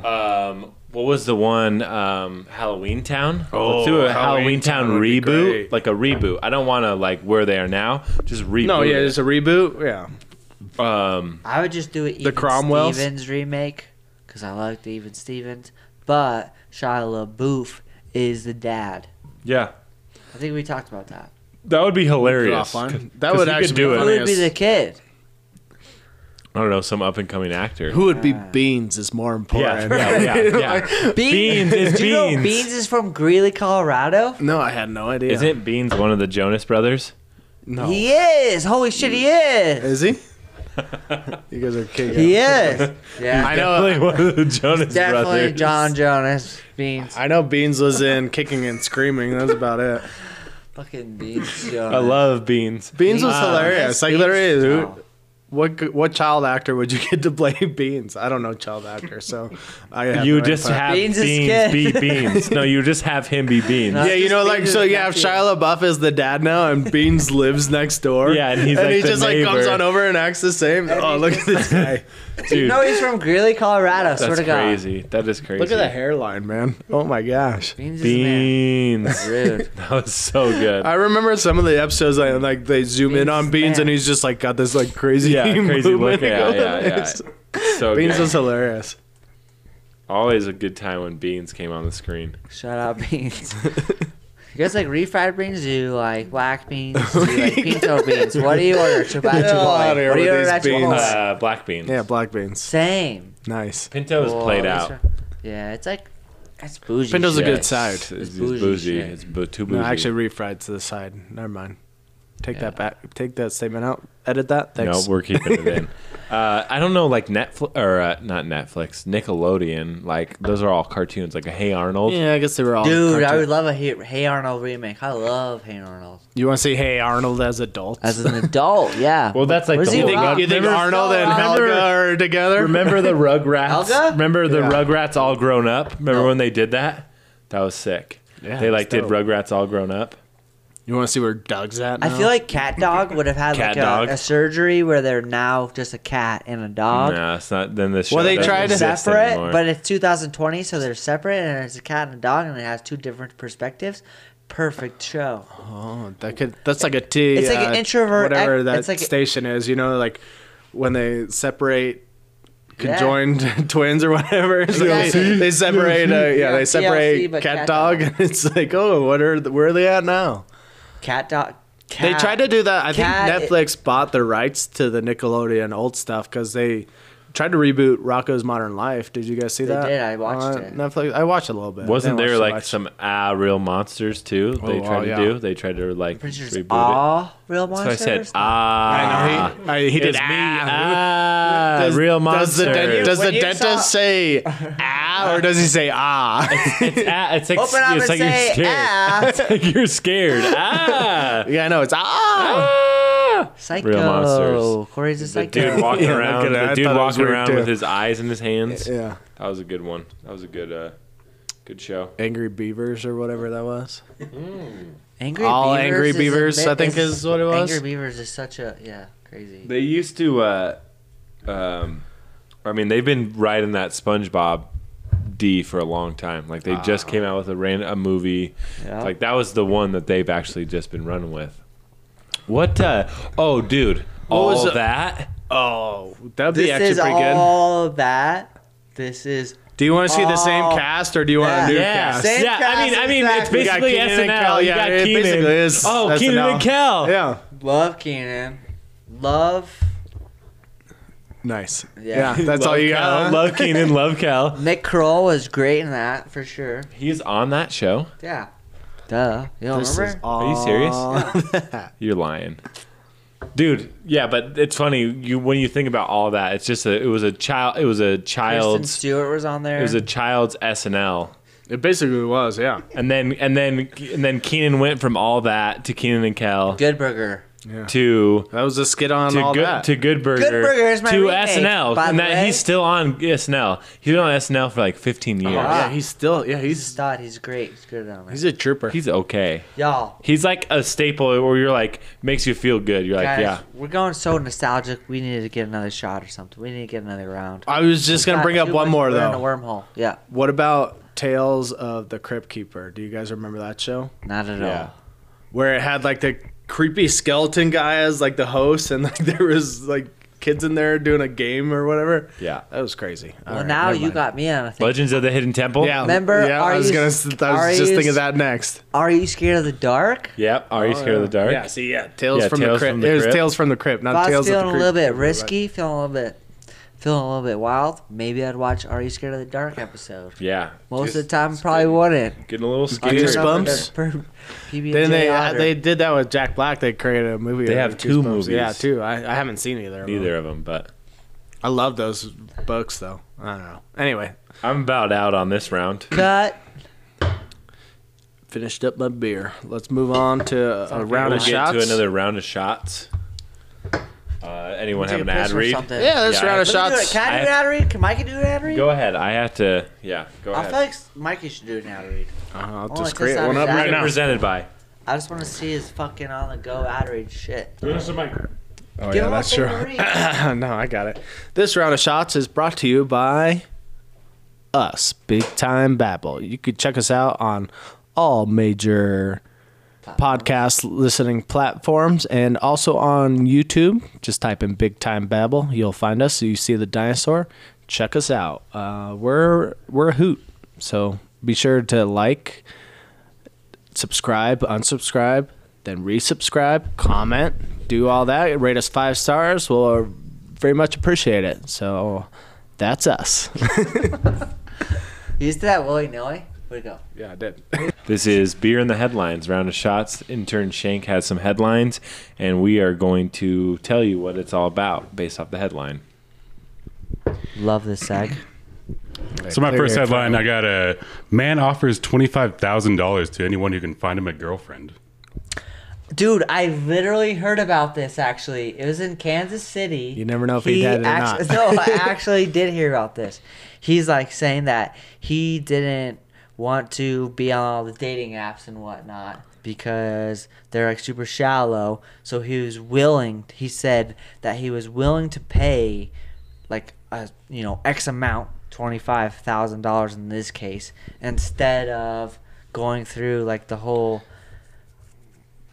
S2: Um, what was the one? Um, Halloween Town.
S3: Oh,
S2: Let's do a
S3: Halloween
S2: Halloween,
S3: Town
S2: Town
S3: would be
S2: reboot,
S3: great.
S2: like a reboot. I don't want to like where they are now. Just reboot.
S3: no, yeah,
S2: it.
S3: it's a reboot. Yeah.
S2: um,
S4: I would just do it.
S3: The Cromwells?
S4: Stevens remake because I like the Even Stevens, but Shia LaBeouf is the dad.
S2: yeah,
S4: I think we talked about that.
S2: that would be hilarious.
S3: Offline.
S2: 'Cause-
S3: That
S2: 'cause
S3: would
S2: he could do
S3: actually be
S2: it.
S4: Who
S3: funny.
S4: would be
S3: is-
S4: the kid?
S2: I don't know, some up and coming actor.
S3: Who would be Beans is more important.
S2: yeah. Beans is
S4: Do you know
S2: Beans.
S4: Beans is from Greeley, Colorado.
S3: No, I had no idea.
S2: Isn't Beans one of the Jonas brothers?
S3: No.
S4: He is. Holy shit, he
S3: Is
S4: is.
S3: he? You guys are kicking.
S4: Yes. Yeah.
S3: I know.
S2: one of the Jonas
S4: Definitely
S2: Brothers.
S4: John Jonas. Beans.
S3: I know Beans was in kicking and screaming. That's about it.
S4: Fucking Beans Jonas.
S2: I love beans.
S3: Beans was
S4: Wow.
S3: hilarious. Like literally,
S4: Beans-
S3: who, what g- what child actor would you get to play Beans? I don't know child actor, so I have
S2: You
S3: no
S2: just
S3: idea.
S2: have
S4: Beans
S2: beans,
S4: is good.
S2: be beans. No, you just have him be beans.
S4: No.
S3: Yeah, you know,
S4: Just
S3: like
S4: Beans
S3: so.
S4: is
S3: Yeah, if
S4: nephew.
S3: Shia LaBeouf is the dad now, and Beans lives next door.
S2: Yeah, and he's like
S3: he
S2: the
S3: just like comes
S2: neighbor.
S3: on over and acts the same.
S4: And
S3: oh,
S4: he
S3: look at
S4: just-
S3: this guy!
S2: Dude,
S4: No, he's from Greeley, Colorado. swear
S2: that's
S4: to God.
S2: crazy. That is crazy.
S3: look at the hairline, man. Oh my gosh!
S4: Beans is the man.
S2: Beans.
S4: Rude.
S2: that was so good.
S3: I remember some of the episodes like, like they zoom in
S4: Beans
S3: on
S4: is
S3: Beans
S4: man.
S3: and he's just like got this like crazy
S2: yeah, crazy
S3: movement
S2: look. Yeah,
S3: going.
S2: yeah, yeah.
S3: It's-
S2: So
S3: Beans
S2: good.
S3: was hilarious.
S2: always a good time when beans came on the screen.
S4: Shout out Beans. You guys like refried beans? Do you like black beans? Do you like pinto beans? What do you order? Chibachi
S3: Get out of
S4: boy.
S3: here
S4: What do you
S3: with
S4: order
S3: these
S4: at your
S3: beans.
S4: boy?
S2: Uh, black beans.
S3: Yeah, black beans.
S4: Same.
S3: Nice.
S2: Pinto is
S4: Well,
S2: played
S4: these
S2: out.
S4: are- Yeah, it's like that's bougie.
S3: Pinto's a
S4: shit.
S3: good
S2: it's-
S3: side.
S2: It's,
S4: It's
S2: it's
S4: bougie
S2: bougie.
S4: shit.
S2: It's bu- too bougie.
S3: No, actually, refried to the side. Never mind. Take
S4: Yeah.
S3: that back. Take that statement out. Edit that.
S2: no,
S3: Thanks.
S2: we're keeping it in. Uh, I don't know, like Netflix or uh, not Netflix, Nickelodeon. Like those are all cartoons, like a Hey Arnold.
S3: yeah, I guess they were all.
S4: Dude, I
S3: cartoon-
S4: would love a Hey, hey Arnold remake. I love Hey Arnold.
S3: you want to see Hey Arnold as adults?
S4: As an adult, yeah.
S2: Well, that's like
S4: Where's
S2: the
S4: he
S2: whole
S4: wrong?
S2: rug-
S4: You think
S2: remember-
S4: Arnold and
S3: Helga are together?
S2: Remember the Rugrats?
S4: Helga?
S2: Remember the
S3: Yeah.
S2: Rugrats all grown up? Remember
S4: No.
S2: when they did that? That was sick.
S3: Yeah,
S2: they like
S3: it's
S2: did
S3: dope.
S2: Rugrats all grown up.
S3: You want to see where Doug's at?
S4: I
S3: now?
S4: feel like Cat Dog would have had
S2: Cat
S4: like
S2: Dog.
S4: a, a surgery where they're now just a cat and a dog.
S2: No, it's not. Then this.
S3: Well,
S2: show
S3: they
S2: doesn't
S3: tried to
S2: exist
S4: separate,
S2: anymore.
S4: but it's 2020, so they're separate, and it's a cat and a dog, and it has two different perspectives. Perfect show.
S3: Oh, that could. That's like a T. uh,
S4: It's like an introvert
S3: Whatever
S4: ex-
S3: that
S4: it's like a-
S3: station is, you know, like when they separate.
S4: Yeah.
S3: Conjoined twins or whatever. It's like
S4: Exactly.
S3: they- They separate. Uh, yeah,
S4: Yeah,
S3: they separate
S4: TLC, but
S3: cat,
S4: cat
S3: dog,
S4: dog.
S3: and it's like, oh, what are the, where are they at now?
S4: Cat Dog.
S3: They
S4: cat-
S3: tried to do that. I
S4: Cat-
S3: think Netflix bought the rights to the Nickelodeon old stuff because they tried to reboot Rocco's Modern Life. Did you guys see
S4: They
S3: that?
S4: did. I watched
S3: on
S4: it.
S3: Netflix. I watched a little bit.
S2: Wasn't
S3: Didn't
S2: there
S3: watch too
S2: like
S3: much.
S2: some ah real monsters too?
S3: Oh,
S2: they tried
S3: wow,
S2: to
S3: yeah.
S2: do. They tried to like
S4: Pretty sure it's
S2: reboot it.
S4: all real
S2: So I
S4: monsters.
S2: said ah.
S3: I know he, I, he did.
S2: It's me,
S3: Ah,
S2: ah,
S3: Does-
S2: real
S3: does
S2: monster.
S3: the, dent- does
S4: When
S3: the
S4: you
S3: dentist
S4: saw-
S3: say ah or does he say ah?
S2: it's, ah, it's, ex-
S4: Open up
S2: it's
S4: and
S2: like you're
S4: say
S2: scared.
S4: ah.
S2: It's like you're scared. Ah,
S3: yeah, I know it's ah.
S2: ah.
S4: Psycho.
S2: Real monsters.
S4: Corey's a
S2: The
S4: psycho.
S2: dude walking
S3: Yeah,
S2: around.
S3: look at that.
S2: The
S3: I
S2: dude
S3: thought it was
S2: walking
S3: weird,
S2: around
S3: too.
S2: with his eyes in his hands.
S3: Yeah,
S2: That was a good one. That was a good, uh, good show.
S3: angry beavers or whatever that was.
S4: Angry
S3: All
S4: Beavers
S3: Angry
S4: is a
S3: Beavers,
S4: bit-
S3: I think is what it was.
S4: Angry Beavers is such a yeah crazy.
S2: They used to, uh, um, I mean, they've been riding that SpongeBob D for a long time. Like they just came out with a ran- a movie.
S4: Yeah.
S2: Like that was the one that they've actually just been running with. What? Uh, oh, dude, all
S3: was the-
S2: that.
S3: Oh, that'd be
S4: this
S3: actually
S4: is
S3: pretty good.
S4: all that. This is
S3: Do you want to see the same
S4: all
S3: cast or do you want
S4: that.
S3: a new
S4: Oh. Yeah.
S3: cast?
S4: Same
S2: yeah. I mean,
S4: cast,
S2: I mean,
S4: exactly.
S3: We
S2: it's
S3: got
S2: basically
S3: Kenan and
S2: SNL.
S3: Kel,
S2: you
S3: yeah,
S2: got
S3: it
S2: Kenan.
S3: basically is
S2: oh,
S3: SNL.
S2: Keenan and Kel.
S3: Yeah.
S4: love Keenan. Love
S3: Nice.
S4: Yeah.
S3: Yeah, that's all you
S2: Kel.
S3: got. huh?
S2: Love Keenan. Love Kel.
S4: Nick Kroll was great in that for sure.
S2: He's on that show.
S4: Yeah. Duh. You don't
S3: This is
S4: remember?
S2: Are you serious?
S3: all-
S2: You're lying. Dude, yeah, but it's funny you when you think about all that. It's just a it was a child it was a
S4: Kristen
S2: child's
S4: Stewart was on there.
S2: it was a child's SNL.
S3: It basically was, yeah.
S2: And then and then and then Keenan went from all that to Keenan and Kel
S4: Good Burger.
S2: to
S3: That was a skit on
S2: to
S3: all
S2: good
S3: that.
S2: to Good Burger,
S4: Burger is my
S2: to
S4: remake,
S2: SNL,
S4: by
S2: and
S4: the
S2: that
S4: way.
S2: he's still on SNL. He's been on SNL for like 15
S4: Oh,
S2: years.
S3: yeah, he's still yeah, he's
S4: Stott, he's great. He's good on it.
S3: he's a trooper.
S2: He's okay.
S4: Y'all,
S2: He's like a staple where you're like makes you feel good. You're like,
S4: guys,
S2: yeah,
S4: we're going so nostalgic. We need to get another shot or something. We need to get another round.
S3: I was just gonna
S4: Got
S3: bring up
S4: too
S3: one
S4: much-
S3: more
S4: we're In a
S3: though.
S4: wormhole. Yeah.
S3: What about Tales of the Crypt Keeper? Do you guys remember that show?
S4: Not at
S2: Yeah.
S4: all.
S3: Where it had like the creepy skeleton guy as like the host and like there was like kids in there doing a game or whatever.
S2: yeah.
S3: That was crazy. All
S4: Well,
S3: right,
S4: now
S3: never
S4: you
S3: mind.
S4: got me on a thing.
S2: Legends of the Hidden Temple.
S3: yeah.
S4: Remember,
S3: Yeah,
S4: are
S3: I was
S4: you-
S3: gonna. s- I
S4: are
S3: was
S4: you
S3: just thinking
S4: s-
S3: that next.
S4: Are you scared of the dark?
S2: Yep. Are you scared of the dark?
S3: Yeah. See, yeah. Tales
S2: Yeah,
S3: from the
S2: Tales
S3: crypt.
S2: from the
S3: it was
S2: Crypt.
S3: Tales from the Crypt, not
S4: I was
S3: Tales of the
S4: feeling
S3: Crypt.
S4: a little bit risky, feeling a little bit feeling a little bit wild, maybe I'd watch Are You Scared of the Dark episode.
S2: Yeah.
S4: Most of
S1: Just
S4: the time, probably wouldn't.
S2: Getting a little
S4: I
S2: scared.
S4: turn up
S3: Goosebumps?
S4: the per- PB&J
S3: Then they uh,
S4: otter.
S3: they did that with Jack Black. They created a movie.
S2: They
S3: of
S2: have two
S3: Goosebumps.
S2: movies.
S3: Yeah, two. I, I haven't seen either. of them.
S2: Neither of them, but
S3: I love those books though. I don't know. Anyway,
S2: I'm about out on this round.
S4: cut.
S3: finished up my beer. Let's move on to a round
S2: we'll
S3: of
S2: get
S3: shots.
S2: to another round of shots. Uh, anyone have
S4: Take
S2: an
S4: a piss
S2: ad
S4: or
S2: read?
S4: something.
S3: yeah, this
S2: Yeah,
S3: round
S2: let's
S3: of
S4: Let me do it.
S3: shots.
S4: Can I do an
S2: I-
S4: ad read? Can Mikey do an ad read?
S2: Go ahead. I have to. Yeah. Go
S4: I
S2: ahead.
S4: feel like Mikey should do an ad read.
S3: Uh, I'll
S4: Oh, it
S3: just
S4: just
S3: create
S4: sounds
S3: one up
S4: exact-
S3: right
S2: Been
S3: now.
S2: Presented by.
S4: I just want to see his fucking on the go ad read shit.
S3: Oh
S4: Give
S3: yeah,
S4: him
S3: that's
S4: a
S3: true.
S4: Wolverine.
S3: no, I got it. This round of shots is brought to you by us, Big Time Babble. You could check us out on all major podcast listening platforms and also on YouTube. Just type in Big Time Babble, you'll find us. You see the dinosaur, check us out. Uh, we're we're a hoot, so be sure to like, subscribe, unsubscribe, then resubscribe, comment, do all that. Rate us five stars. We'll uh, very much appreciate it. So that's us.
S4: You used to that Willie Nilly? Where'd it go?
S3: Yeah, I did.
S2: This is Beer in the Headlines, round of shots. Intern Shank has some headlines, and we are going to tell you what it's all about based off the headline.
S4: Love this sag.
S1: So my first headline, I got a man offers twenty five thousand dollars to anyone who can find him a girlfriend.
S4: Dude, I literally heard about this actually. It was in Kansas City.
S3: You never know if he did it or
S4: act-
S3: not.
S4: no, I actually did hear about this. He's like saying that he didn't want to be on all the dating apps and whatnot because they're like super shallow. So he was willing, he said that he was willing to pay like a, you know, X amount, $25,000 in this case, instead of going through like the whole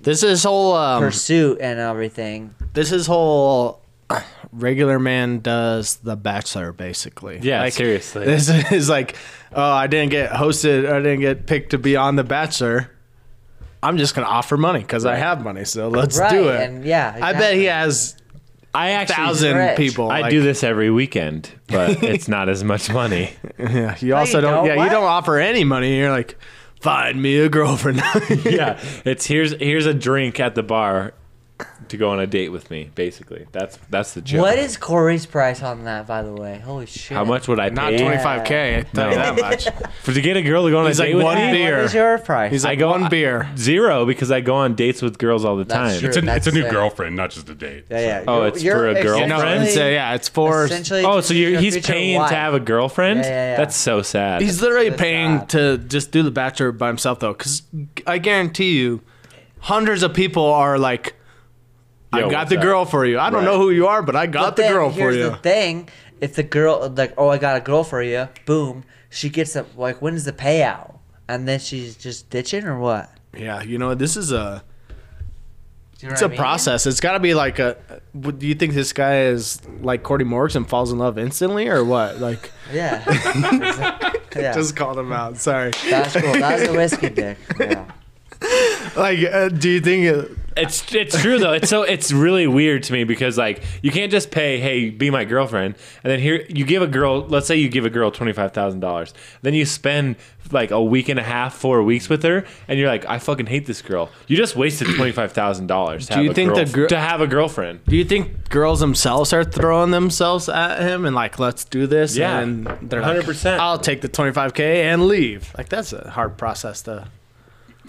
S3: This is whole. Um,
S4: pursuit and everything.
S3: this is whole. uh, Regular man does the Bachelor basically.
S2: Yeah,
S3: Like,
S2: seriously.
S3: This is like, oh, I didn't get hosted. I didn't get picked to be on the Bachelor. I'm just gonna offer money because I have money. So let's
S4: Right,
S3: do it.
S4: and yeah,
S3: I bet he
S4: exactly.
S3: has
S2: I
S3: a thousand
S4: rich.
S3: people.
S2: I
S3: like-
S2: do this every weekend, but it's not as much money.
S3: Yeah, you also
S4: you
S3: don't.
S4: don't.
S3: Yeah, you
S4: What?
S3: don't offer any money. You're like, find me a girlfriend.
S2: yeah, it's here's here's a drink at the bar to go on a date with me. Basically, that's that's the joke.
S4: What is Corey's price on that, by the way? Holy shit.
S2: How much would I
S3: Not
S2: pay
S3: twenty five k. Tell you
S2: No.
S3: that much.
S2: for to get a girl to go on
S3: He's
S2: a
S3: like,
S2: date with
S3: "What do
S2: me?
S3: you- beer.
S4: What is your price?
S3: He's like,
S2: go-
S3: one beer.
S2: Zero because I go on dates with girls all the
S4: That's
S2: time.
S4: true.
S1: It's a it's a
S4: That's
S1: new
S4: it.
S1: girlfriend, not just a date.
S4: yeah, yeah.
S2: Oh,
S4: You're-
S2: it's
S4: you're
S2: for a
S3: You
S2: girlfriend?
S3: know, and
S4: essentially-
S3: so yeah, it's for.
S4: essentially
S2: Oh, so you're,
S4: your
S2: he's
S4: future
S2: paying
S4: wife.
S2: to have a girlfriend?
S4: Yeah, yeah, yeah.
S2: That's so sad.
S3: He's literally
S4: That's
S3: paying
S4: bad.
S3: to just do the bachelor by himself though, because I guarantee you, hundreds of people are like, I
S2: Yo,
S3: got
S2: what's
S3: the
S2: up?"
S3: girl for you. I don't
S2: Right.
S3: know who you are, but I got
S4: But
S3: the
S4: then
S3: girl for
S4: here's
S3: you.
S4: the thing. If the girl, like, oh, I got a girl for you, boom, she gets a, like, when's the payout? And then she's just ditching or what?
S3: yeah, you know this is a.
S4: Do you know
S3: It's
S4: what
S3: a
S4: I mean?
S3: process. It's got to be like a. Would, do you think this guy is like Cordy Morgs and falls in love instantly, or what? Like,
S4: Yeah. yeah.
S3: just called him out. Sorry.
S4: That's cool. That's a whiskey dick. Yeah.
S3: Like, uh, do you think? It,
S2: It's it's true though. It's so it's really weird to me because like you can't just pay, hey, be my girlfriend, and then here you give a girl. Let's say you give a girl twenty five thousand dollars, then you spend like a week and a half, four weeks with her, and you're like, I fucking hate this girl. You just wasted twenty five thousand dollars. Do
S3: you think the gir-
S2: to have a girlfriend?
S3: do you think girls themselves are throwing themselves at him and like, let's do this?
S2: Yeah.
S3: and they're like,
S2: 100%.
S3: I'll take the twenty five k and leave. Like, that's a hard process to.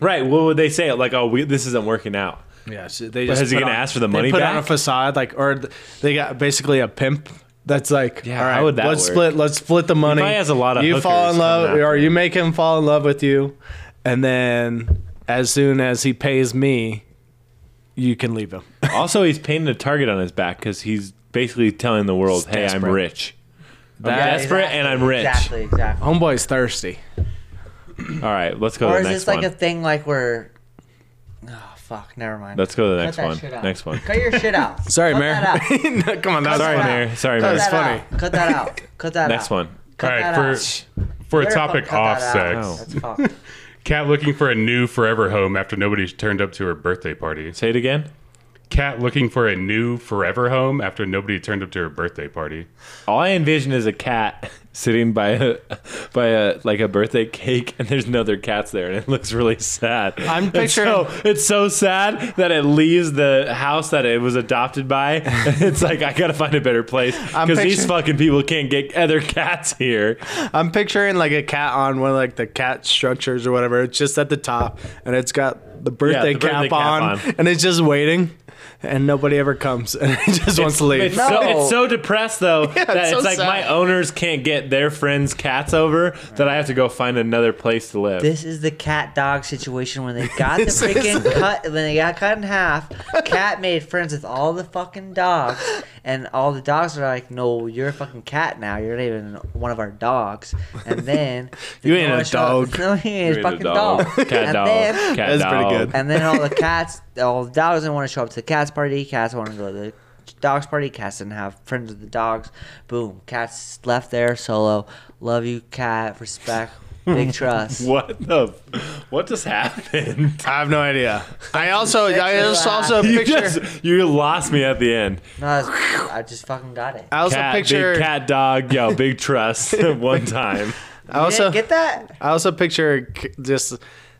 S2: Right? What would they say? Like, oh, we, this isn't working out.
S3: Yeah, so they
S2: But
S3: just
S2: is he
S3: put
S2: gonna
S3: on-
S2: ask for the
S3: they
S2: money
S3: put on a
S2: back?
S3: facade, like, or th- they got basically a pimp that's like,
S2: Yeah,
S3: all
S2: how
S3: right,
S2: would that
S3: let's
S2: work?
S3: split, let's split the money.
S2: probably has a lot of
S3: You fall
S2: hookers
S3: in love,
S2: coming after
S3: or you
S2: him.
S3: make him fall in love with you, and then as soon as he pays me, you can leave him.
S2: Also, he's painting a target on his back because he's basically telling the world, hey, I'm
S3: desperate.
S2: rich. I'm
S3: Yeah,
S2: desperate and I'm rich.
S4: Exactly, exactly.
S3: Homeboy's thirsty.
S2: All right, let's go
S4: Or
S2: to
S4: is
S2: the next
S4: this like
S2: one.
S4: a thing like where. Oh, fuck. Never mind.
S2: let's go to the
S4: Cut
S2: next
S4: that
S2: one.
S4: shit out.
S2: Next one.
S4: Cut your shit out.
S3: Sorry,
S4: Cut
S3: Mayor.
S4: that out.
S3: No, come on, that was
S2: Sorry,
S3: funny.
S4: Cut that
S2: Mayor.
S4: out.
S2: Sorry,
S4: Cut
S2: Mayor.
S3: That's
S4: that
S3: funny.
S4: out. Cut that out. Cut that out.
S2: Next one.
S4: Cut
S1: All right,
S4: that
S1: for
S4: out.
S1: for a
S4: Better fuck
S1: topic
S4: cut
S1: off
S4: that
S1: sex.
S4: out. That's fucked.
S1: Cat looking for a new forever home after nobody turned up to her birthday party.
S2: Say it again.
S1: cat looking for a new forever home after nobody turned up to her birthday party.
S2: All I envision is a cat sitting by a by a like a birthday cake, and there's no other cats there, and it looks really sad.
S3: I'm
S2: It's so- It's so, sad that it leaves the house that it was adopted by. it's like I gotta find a better place
S3: I'm
S2: because these
S3: picturing-
S2: fucking people can't get other cats here.
S3: I'm picturing like a cat on one of like the cat structures or whatever. It's just at the top and it's got the birthday,
S2: the birthday
S3: cap,
S2: cap
S3: on,
S2: on.
S3: and it's just waiting and nobody ever comes and it just wants to leave.
S2: It's, so,
S4: No.
S2: it's so depressed though that
S3: it's
S2: it's,
S3: so
S2: like
S3: sad.
S2: my owners can't get their friends' cats over that I have to go find another place to live.
S4: This is the cat dog situation when they got the
S3: This is-
S4: freaking cut when they got cut in half. Cat made friends with all the fucking dogs, and all the dogs are like, "No, you're a fucking cat now. You're not even one of our dogs." And then
S3: You ain't a
S4: no, shut up.
S3: dog.
S4: No, you ain't a
S2: You're the
S4: fucking dog.
S2: Cat
S4: and
S2: dog.
S4: Then,
S2: cat
S3: That's pretty
S2: dog.
S3: good.
S4: and then all the cats, all the dogs didn't want to show up to the cats party. Cats wanted to go to the dogs party. Cats didn't have friends with the dogs. Boom. Cats left there solo. Love you, cat. Respect. Big trust.
S2: What the? What just happened?
S3: I have no idea. I also I
S4: Picture
S3: just
S4: that.
S3: also
S2: You
S3: picture
S2: just you lost me at the end.
S4: No, it's- I just fucking got it.
S3: I also
S2: Cat,
S3: picture
S2: big cat, dog, yo, big trust. One time,
S3: I
S4: You
S3: also
S4: didn't get that?
S3: I also picture c- just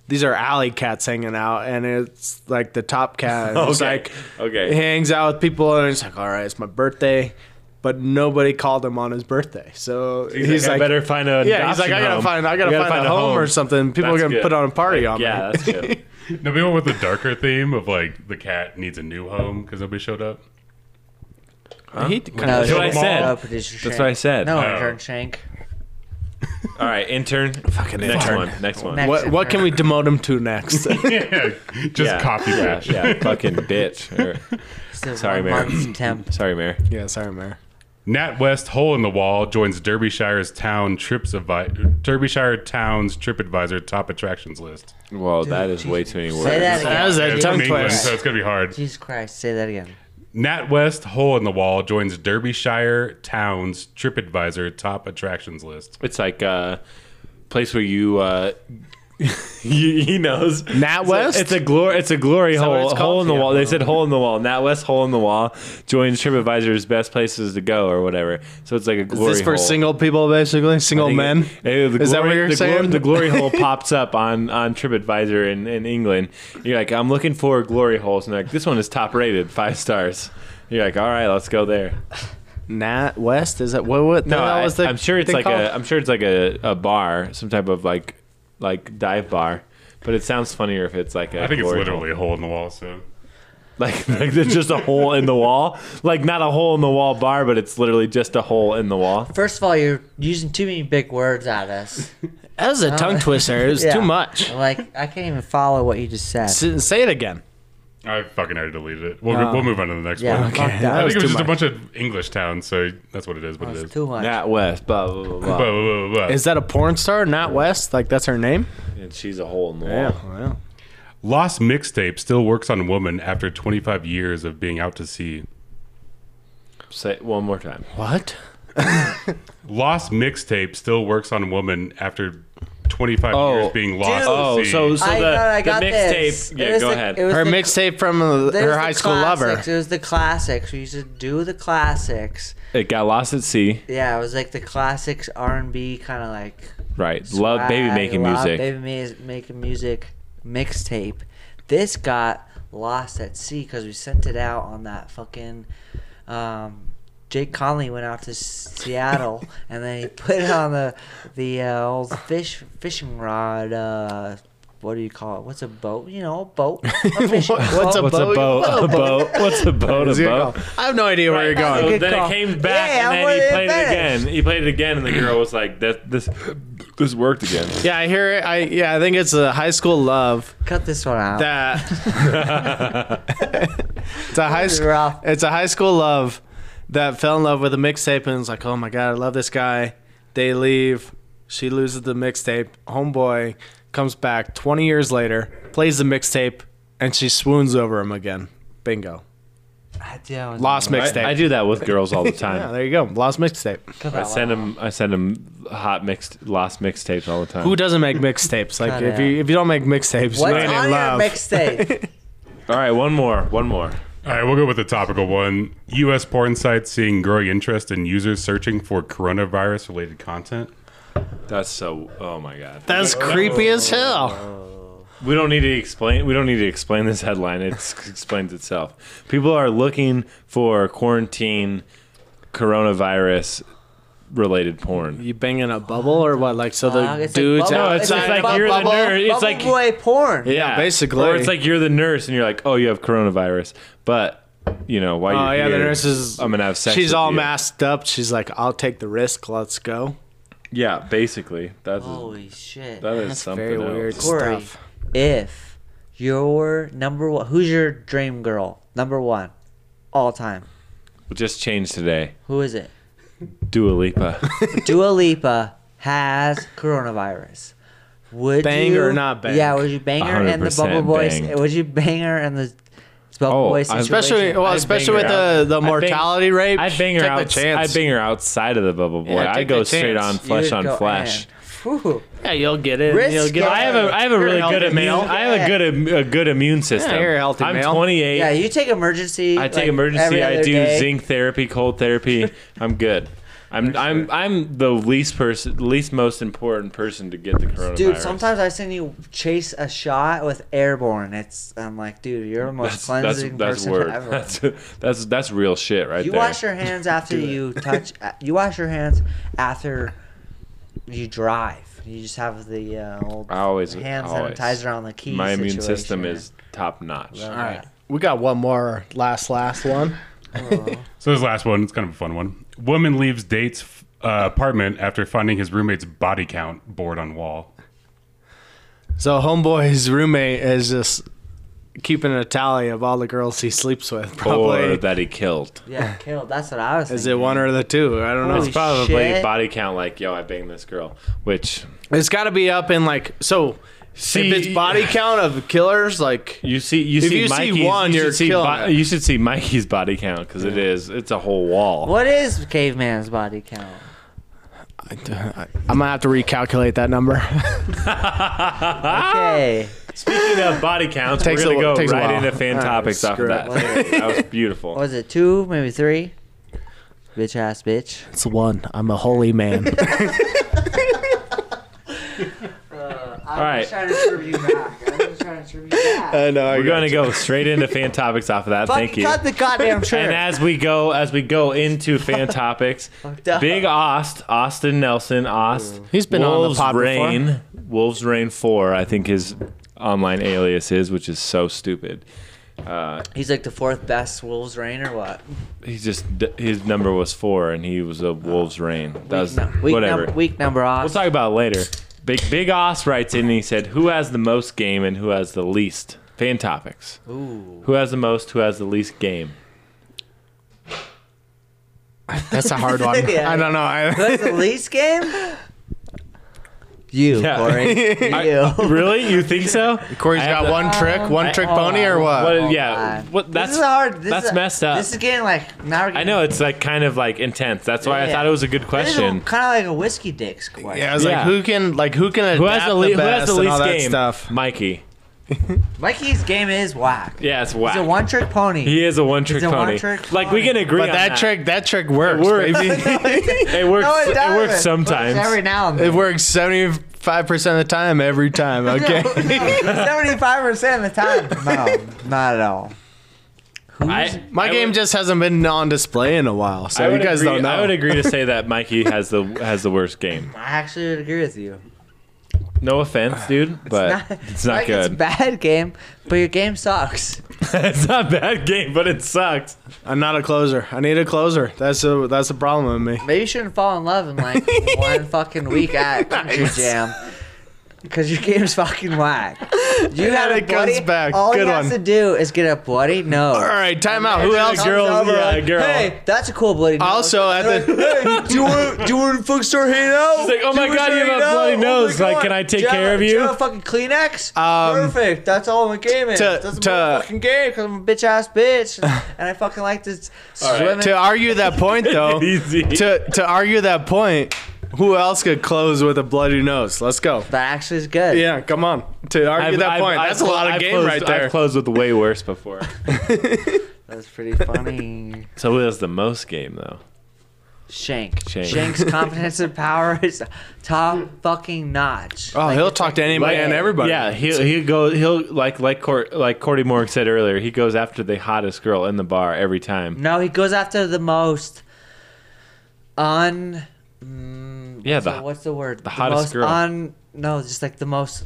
S3: these are alley cats hanging out, and it's like the top cat. and It's
S2: Okay.
S3: like
S2: Okay.
S3: he hangs out with people, and it's like, all right, it's my birthday, but nobody called him on his birthday, so he's,
S2: I
S3: like,
S2: better find a.
S3: yeah, he's like,
S2: adoption
S3: I gotta
S2: home.
S3: find, I gotta, find, a home, or something. People
S2: That's
S3: are gonna
S2: good.
S3: put on a party on
S2: Yeah,
S3: me.
S2: that's good.
S1: No, we went with the darker theme of like the cat needs a new home because nobody showed up.
S3: He kinda-
S4: No,
S2: That's what I
S4: Shank.
S2: said.
S4: No, producer
S2: That's
S4: Shank.
S2: what I said.
S4: No,
S1: Oh.
S4: intern Shank.
S2: All right, intern. Fucking next one. Next one.
S4: Next.
S3: what what can we demote him to next?
S1: yeah, just
S2: Yeah,
S1: copy
S2: yeah,
S1: bitch.
S2: yeah, fucking bitch. Or-
S4: Still
S2: Sorry,
S4: one
S2: Mary.
S4: month's temp.
S2: sorry, Mayor.
S3: yeah, sorry, Mayor.
S1: Nat West hole in the wall joins Derbyshire's town trips advi- Derbyshire town's TripAdvisor top attractions list.
S2: Well, that is way too many words.
S4: Say that
S3: That was
S4: again.
S3: a
S1: It's
S3: tongue
S1: from England,
S3: twister.
S1: so it's gonna be hard.
S4: Jesus Christ, say that again.
S1: Nat West hole in the wall joins Derbyshire town's TripAdvisor top attractions list.
S2: It's like a place where you. Uh, he, he knows.
S3: Nat
S2: It's a-
S3: West?
S2: It's a glory. It's a glory
S3: that what
S2: hole.
S3: it's
S2: Hole in
S3: called?
S2: the
S3: Yeah.
S2: wall. They said hole in the wall. Nat West hole in the wall joins TripAdvisor's best places to go or whatever. So it's like a glory.
S3: Is this for
S2: hole.
S3: single people, basically, single
S2: think
S3: men?
S2: it- eh, the
S3: Is that what
S2: glory-
S3: you're
S2: the
S3: saying?
S2: Glory, the glory hole pops up on on TripAdvisor in, in England. You're like, I'm looking for glory holes, and they're like, this one is top rated, five stars. You're like, all right, let's go there.
S3: Nat West? Is that what? What?
S2: No,
S3: the hell
S2: I,
S3: was the
S2: am sure it's
S3: thing
S2: like
S3: called?
S2: a I'm sure it's like a, a bar, some type of like like dive bar. But it sounds funnier if it's like a
S1: I think it's
S2: glory
S1: literally a hole in the wall. So
S2: hole. like like there's just a hole in the wall, like not a hole in the wall bar, but it's literally just a hole in the wall.
S4: First of all, you're using too many big words at us.
S3: That was a tongue twister. It was
S4: Yeah.
S3: too much.
S4: Like, I can't even follow what you just said.
S3: S- say it again.
S1: I fucking already deleted it. We'll, we'll move on to the next
S4: Oh. Yeah,
S1: one.
S4: okay. Fuck that.
S1: I
S3: was
S1: think it was
S3: too
S1: just a
S3: much.
S1: bunch of English towns, so that's what it is. But it
S4: It's
S1: is.
S4: too much.
S2: Nat West, blah blah blah. blah.
S1: Blah, blah, blah, blah.
S3: Is that a porn star? Nat West? Like that's her name? Oh,
S2: and she's a hole in the wall.
S3: Wow.
S1: Lost mixtape still works on woman after 25 years of being out to sea.
S2: Say it one more time.
S3: What?
S1: Lost mixtape still works on woman after 25
S2: Oh.
S1: years being lost
S2: Oh,
S1: to sea.
S2: so so
S4: I
S2: the,
S4: thought I
S2: the
S4: got
S2: mixtape.
S4: this. It
S2: Yeah,
S4: was
S2: go
S4: the-
S2: ahead.
S4: it was
S3: Her
S4: the-
S3: mixtape from uh,
S4: there's
S3: her
S4: the
S3: high school lover.
S4: classics. It was the classics. We used to do the classics.
S2: it got lost at sea.
S4: Yeah, it was like the classics R&B kind of like
S2: Right. Love baby
S4: swag,
S2: making
S4: love
S2: music.
S4: Baby ma- making music mixtape. This got lost at sea because we sent it out on that fucking. Um, Jake Conley went out to Seattle and then he put it on the the uh, old fish fishing rod. Uh, what do you call it? What's a boat? You know, a boat. A fishing
S3: What's a
S4: boat.
S2: What's a
S3: Boat-
S2: boat? A boat? What's a boat? A boat?
S3: I have no idea where you're
S4: Right.
S3: going.
S2: So
S4: Good
S2: then
S4: call.
S2: it came back,
S4: Yeah,
S2: and
S4: I
S2: then he
S4: wanted
S2: played
S4: it
S2: it
S4: finished.
S2: again. He played it again, and the girl was like, "That this this worked again."
S3: Yeah, I hear it. I yeah, I think it's a high school love
S4: Cut this one out.
S3: that it's a high
S4: is
S3: school
S4: rough.
S3: it's a high school love that fell in love with a mixtape and was like, "Oh my god, I love this guy." They leave. She loses the mixtape. Homeboy comes back 20 years later, plays the mixtape, and she swoons over him again. Bingo.
S4: I did- I was-
S3: Lost mixtape.
S2: I, I do that with girls all the
S3: Yeah,
S2: time.
S3: there you go. Lost mixtape.
S4: Cut
S2: I
S4: that
S2: send
S4: one
S2: them. I send them hot mixed lost mixtapes all the time.
S3: Who doesn't make mixtapes? Like
S4: Cut
S3: if
S4: it
S3: you if you don't make mixtapes,
S4: What's
S3: you ain't
S4: on
S3: in
S4: your
S3: love.
S4: mixtape?
S2: all right, one more. One more.
S1: All right, we'll go with the topical one. U.S. porn sites seeing growing interest in users searching for coronavirus related content.
S2: That's so. Oh my god.
S3: That's creepy as hell.
S2: We don't need to explain. We don't need to explain this headline. It explains itself. People are looking for quarantine coronavirus related porn.
S3: You banging a bubble or what? Like so the
S4: Dog, it's like
S3: dudes
S4: bubble-
S2: No, it's- it's like you're the
S4: bubble-
S2: nerd. It's
S4: bubble
S2: like-
S4: boy porn.
S3: Yeah, basically.
S2: Or it's like you're the nurse and you're like, oh, you have coronavirus, but you know why?
S3: Oh
S2: you're
S3: yeah, the
S2: here,
S3: nurse is.
S2: I'm gonna have sex.
S3: She's
S2: with
S3: all
S2: you.
S3: masked up. She's like, "I'll take the risk. Let's go."
S2: Yeah, basically. That's
S4: Holy shit.
S2: that is something
S3: very
S2: else.
S3: weird.
S4: Corey,
S3: Stuff.
S4: if your number one, who's your dream girl? Number one, all time.
S2: We just changed today.
S4: Who is it?
S2: Dua Lipa.
S4: Dua Lipa has coronavirus. Would
S3: Bang
S4: you,
S3: or not bang?
S4: Yeah, would you bang her and the
S2: 100%
S4: bubble boys?
S2: bang.
S4: Would you bang her and the bubble
S2: Oh,
S4: boys?
S2: I'd-
S3: Especially, well,
S2: I'd
S3: especially
S2: bang
S3: with
S2: her
S3: the, the
S2: I'd bang-
S3: mortality rate.
S2: I'd bang her
S3: take the
S2: out.
S3: chance.
S2: I'd bang her outside of the bubble boy.
S3: Yeah,
S2: I'd
S3: take
S2: go
S3: the
S2: straight on
S3: chance.
S2: flesh on flesh.
S3: Yeah, you'll get it. and You'll
S4: Risk
S3: get
S4: it.
S2: I have a I have a
S3: You're
S2: really
S3: healthy
S2: good immune
S3: male.
S2: I have a good im- a good immune system.
S3: you're a healthy
S2: I'm
S3: male.
S2: 28.
S4: Yeah, you take emergency.
S2: I take
S4: like,
S2: emergency.
S4: every
S2: I
S4: other
S2: do
S4: day.
S2: zinc therapy, cold therapy. I'm good. I'm I'm I'm the least person, least most important person to get the coronavirus.
S4: Dude, sometimes I send you chase a shot with airborne. It's I'm like, dude, you're the most cleansing person
S2: word.
S4: ever.
S2: That's that's that's real shit right
S4: you
S2: there.
S4: wash your hands after you touch. uh, You wash your hands after you drive. You just have the uh, old
S2: I always-
S4: hand
S2: always.
S4: sanitizer on the keys.
S2: My immune
S4: situation.
S2: system is top notch.
S4: All
S3: All right, we got one more. Last, last one.
S1: So this last one, it's kind of a fun one. Woman leaves date's uh, apartment after finding his roommate's body count board on wall.
S3: So homeboy's roommate is just keeping a tally of all the girls he sleeps with.
S2: Or
S3: Probably
S2: that he killed.
S4: Yeah, killed. That's what I was.
S3: is it
S4: thinking.
S3: one or the two? I don't know.
S4: Holy
S2: It's probably
S4: shit.
S2: body count like, yo, I banged this girl. Which
S3: It's got to be up in like so.
S2: See-
S3: if it's body count of killers, like
S2: you see, you
S3: If
S2: see,
S3: you see
S2: Mikey's,
S3: one,
S2: you
S3: you're
S2: should see,
S3: killing it.
S2: you should see Mikey's body count because it is, it's a whole wall.
S4: What is caveman's body count?
S3: I, am gonna have to recalculate that number.
S2: Ah!
S4: Okay,
S2: Speaking of body counts,
S3: Takes
S2: we're
S3: a
S2: gonna
S3: wh-
S2: go
S3: takes a
S2: right
S3: while.
S2: into fan
S3: All right,
S2: topics off of
S3: screw
S2: that.
S4: it.
S2: that was beautiful.
S4: was it two? Maybe three? Bitch ass bitch.
S3: it's one. I'm a holy man.
S4: All
S2: right.
S4: just trying to serve you back. I'm just trying to serve you back.
S3: know.
S2: We're gonna go straight into fan topics off of that. Thank
S4: Fucking
S2: you.
S4: Cut the goddamn shirt.
S2: And as we go, as we go into fan topics,
S4: up.
S2: Big Ost, Austin Nelson, Ost.
S3: He's been on the pod before.
S2: Rain, Wolves Rain Four, I think his online alias is, which is so stupid.
S4: He's like the fourth best Wolves reign or what?
S2: He just d- his number was four, and he was a Wolves Rain. That was
S4: No, week
S2: whatever.
S4: Num- week number off.
S2: We'll talk about it later. Big Big Oss writes in and he said, "Who has the most game and who has the least?" Fan topics.
S4: Ooh.
S2: Who has the most? Who has the least game?
S3: That's a hard one.
S4: Yeah.
S3: I don't know. I,
S4: That's the least game? You,
S2: Yeah.
S4: Corey. you.
S2: really? You think so?
S3: Corey's
S2: I have
S3: got
S2: the-
S3: one trick, one trick pony, or what?
S2: What-
S4: Oh,
S2: yeah.
S4: God.
S2: What? That's
S4: this is hard. This
S2: that's
S4: is,
S2: messed up.
S4: This is getting like now we're getting,
S2: I know it's like kind of like intense. That's why I
S4: Yeah.
S2: thought it was a good
S4: This is
S2: question.
S4: kind of like a whiskey dicks question.
S3: yeah, I was
S2: Yeah.
S3: like, who can like who can adapt
S2: Who has the,
S3: the
S2: le-
S3: best
S2: who has the
S3: and all
S2: least
S3: that
S2: game?
S3: stuff?
S2: Mikey.
S4: Mikey's game is whack.
S2: Yeah, it's
S4: He's
S2: whack.
S4: a one-trick pony.
S2: he is a one trick
S4: a
S2: pony.
S4: one-trick
S2: like we can
S4: pony.
S2: agree
S3: But
S2: on
S3: that, trick, that trick works,
S2: works.
S3: baby.
S2: It works.
S4: No, it,
S2: it,
S4: doesn't.
S2: works sometimes.
S4: Every now and
S3: it
S4: then.
S3: works seventy five percent of the time, every time. Okay.
S4: Seventy-five percent of the time. No, not at all.
S2: I-
S3: My
S2: I
S3: game
S2: would-
S3: just hasn't been on display in a while, so
S2: I
S3: you
S2: would
S3: guys
S2: agree,
S3: don't know.
S2: I would agree to say that Mikey has the has the worst game.
S4: I actually would agree with you.
S2: No offense, dude, but it's not,
S4: like, It's
S2: good.
S4: bad game, but your game sucks.
S2: It's, not a bad game, but it sucks.
S3: I'm not a closer. I need a closer. That's a that's a problem with me.
S4: Maybe you shouldn't fall in love in like one fucking week at Country Jam. Because your game's fucking whack. You
S3: And
S4: had a
S3: it comes
S4: buddy.
S3: back.
S4: All
S3: Good
S4: he has
S3: one.
S4: to do is get a bloody nose.
S3: All right, time out. Who else?
S4: Comes
S2: girl-
S4: over
S2: yeah,
S4: like,
S2: girl.
S4: Hey, that's a cool bloody nose.
S3: Also at
S4: They're
S3: the
S4: like, hey, do you want do you want to fuck start hanging out?
S2: She's like, "Oh
S4: Do
S2: my
S4: you
S2: God,
S4: wanna start
S2: you have a
S4: hanging out?
S2: bloody
S4: Oh my
S2: nose. Like,
S4: God.
S2: can I take
S4: Do have-
S2: care of
S4: Do
S2: you?"
S4: you have a fucking Kleenex?
S3: Um,
S4: Perfect. That's all my game is.
S3: to-
S4: That's
S3: to-
S4: my fucking game because I'm a bitch ass bitch, and I fucking like to s- swim.
S3: to
S4: in-
S3: argue that point though.
S2: Easy.
S3: To to argue that point, who else could close with a bloody nose? Let's go.
S4: That actually is good.
S3: Yeah, come on. To argue that point, that's a lot of
S2: I've
S3: game
S2: closed-
S3: right there.
S2: I've closed with way worse before.
S4: That was pretty funny.
S2: So who has the most game though?
S4: Shank.
S2: Shank.
S4: Shank's confidence and power is top fucking notch.
S3: Oh,
S4: Like,
S3: he'll talk to anybody and everybody.
S2: Yeah, he'll he go he'll like like Cor- like Cordy Morg said earlier. He goes after the hottest girl in the bar every time.
S3: Mm.
S4: No, he goes after the most un. mm,
S2: Yeah,
S4: what's
S2: the-
S4: the, what's the word? The
S2: hottest
S4: most
S2: girl.
S4: Un, no, just like the most.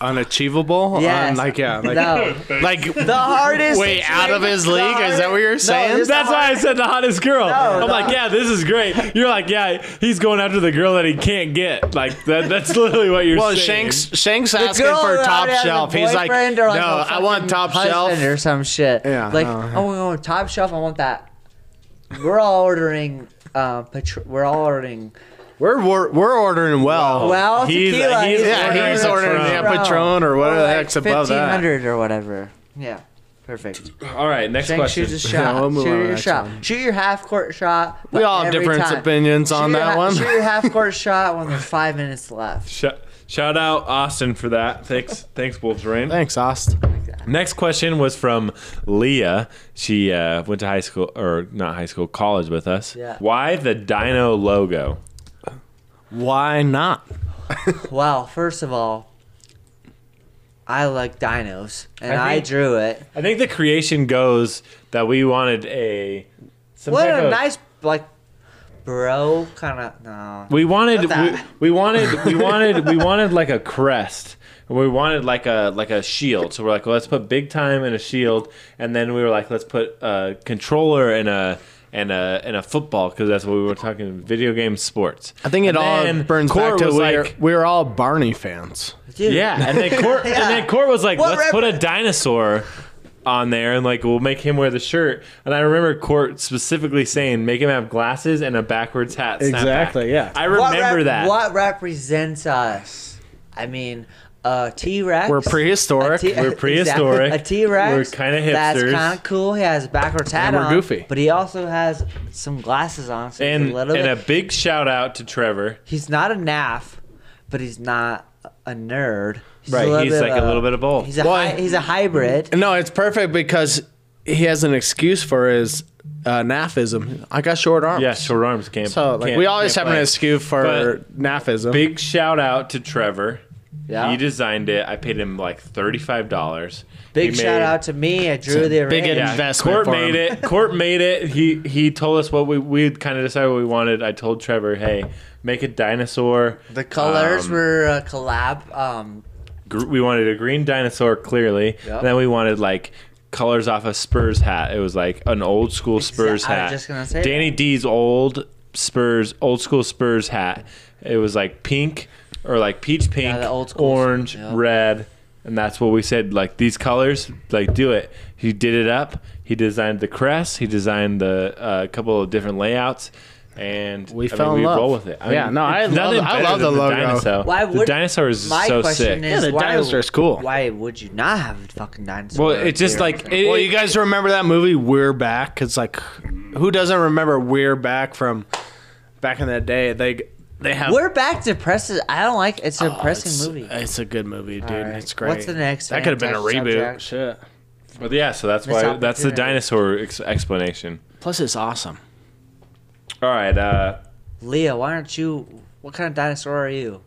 S3: unachievable.
S4: Yes.
S3: Un- like yeah, like
S4: no,
S3: like
S4: the hardest.
S3: way out of his
S4: the
S3: league. Is that what you're
S4: hardest-
S3: saying?
S4: No, just the
S2: That's why I said the hottest girl. I'm
S4: the-
S2: like, yeah, this is great. You're like, yeah, he's going after the girl that he can't get. Like that, that's literally what you're
S3: Well,
S2: saying.
S3: Shanks Shanks asking
S4: girl
S3: for
S4: that
S3: top
S4: has a
S3: shelf. He's like,
S4: boyfriend
S3: no,
S4: or, like, a
S3: I want
S4: fucking
S3: top
S4: husband
S3: shelf.
S4: or some shit.
S3: Yeah,
S4: like
S3: no.
S4: oh, we want top shelf. I want that. We're all ordering. Uh, patr- we're all ordering.
S3: We're, we're we're ordering well.
S4: Well,
S2: He's-
S4: tequila.
S2: he's
S3: yeah, Oh, he's ordering
S2: Patron.
S3: the Patron or whatever the heck's above that.
S4: 1500 or whatever. Yeah, perfect.
S2: All right, next
S4: Shank
S2: question.
S4: shoots a
S3: Yeah,
S4: shot.
S3: we'll move on to
S4: shoot
S3: the
S4: your
S3: next
S4: shot.
S3: one.
S4: Shoot your half court shot.
S3: We all have
S4: every
S3: different
S4: time.
S3: opinions
S4: Shoot
S3: on
S4: your
S3: that
S4: ha-
S3: one.
S4: Shoot your half court shot when there's five minutes left.
S2: Sh- shout out Austin for that. Thanks, thanks Wolves Rain.
S3: Thanks, Austin.
S2: Next question was from Leah. She uh, went to high school or not high school, college with us.
S4: Yeah.
S2: Why the Dino logo?
S3: Why not?
S4: Well, first of all, I like dinos, and
S2: I
S4: I,
S2: think-
S4: drew it.
S2: I think the creation goes that we wanted a. Some
S4: What
S2: type
S4: a
S2: of-
S4: nice like bro kind of no.
S2: We wanted
S4: Not
S2: we,
S4: that.
S2: we wanted we wanted we wanted like a crest. We wanted like a like a shield. So we're like, well, let's put big time and a shield, and then we were like, let's put a controller and a and a and a football because that's what we were talking video game sports.
S3: I think it
S2: And
S3: all
S2: then
S3: burns
S2: Court
S3: back to
S2: was
S3: we're,
S2: like-
S3: we're all Barney fans.
S4: Dude,
S2: yeah, and then Court
S4: Yeah.
S2: and then Court was like,
S4: What
S2: let's
S4: rep-
S2: put a dinosaur on there and like we'll make him wear the shirt. And I remember Court specifically saying, make him have glasses and a backwards hat. snapback."
S3: Exactly, yeah.
S2: I
S4: What
S2: remember
S4: rep-
S2: that.
S4: What represents us? I mean, a T Rex.
S3: We're prehistoric.
S2: We're prehistoric.
S4: A T Rex.
S2: We're kinda
S4: That's
S2: hipsters.
S4: kind of cool. He has a backwards hat
S3: And we're
S4: on,
S3: goofy.
S4: but he also has some glasses on. So
S2: and
S4: he's a little
S2: and a
S4: bit,
S2: big shout out to Trevor.
S4: he's not a naff, but he's not a nerd. He's
S2: Right,
S4: a little
S2: he's
S4: bit
S2: like a
S4: of
S2: little bit of both.
S4: He's a
S3: Well,
S4: hy- he's a hybrid.
S3: No, it's perfect because he has an excuse for his uh, naphism. I got short arms.
S2: Yeah, short arms can't.
S3: So like
S2: can't-
S3: we always
S2: can't
S3: have an
S2: play.
S3: excuse for
S2: But
S3: naphism.
S2: Big shout out to Trevor.
S4: Yeah.
S2: He designed it. I paid him like thirty five dollars.
S4: Big shout out to me. I drew the
S3: big
S4: array.
S3: investment.
S2: Court
S3: for
S2: made
S3: him.
S2: it. Court made it. He he told us what we we kind of decided what we wanted. I told Trevor, hey, make a dinosaur.
S4: The colors
S2: Um,
S4: were a collab. Um,
S2: gr- we wanted a green dinosaur clearly.
S4: Yep.
S2: And then we wanted like colors off a Spurs hat. It was like an old school Spurs
S4: I was
S2: hat.
S4: just gonna say
S2: Danny D's old Spurs, old school Spurs hat. It was like pink or like peach pink,
S4: the old school-
S2: orange,
S4: yeah.
S2: red, and that's what we said. Like these colors, like do it. He did it up. He designed the crest. He designed the a couple of different layouts. And
S3: We
S2: I
S3: fell
S2: mean,
S3: in
S2: we
S3: love.
S2: roll with it.
S3: Yeah, no, I
S2: it's
S3: love-
S2: nothing
S3: I
S2: better
S3: love
S2: than
S3: the logo.
S2: Dinosaur.
S4: why would
S2: the dinosaur is
S4: my
S2: so sick.
S4: question Is,
S3: Yeah, the
S4: why-
S3: dinosaur's cool.
S4: Why would you not have a fucking dinosaur?
S2: Well, it's just
S4: here?
S2: like it,
S3: Well, you guys remember that movie We're Back? It's like, who doesn't remember We're Back from back in the day? They they have.
S4: We're back to presses. I don't like it's a
S3: Oh,
S4: depressing
S3: it's-
S4: movie.
S2: uh,
S3: It's a good movie, dude.
S4: All right.
S3: It's great.
S4: What's the next
S3: That could have been a
S4: fantastic
S3: reboot.
S4: subject?
S3: Shit.
S2: But yeah, so that's
S4: Missed
S2: why that's the
S4: opportunity.
S2: dinosaur ex- explanation.
S3: Plus, it's awesome.
S2: All right. Uh,
S4: Leah, why aren't you? What kind of dinosaur are you?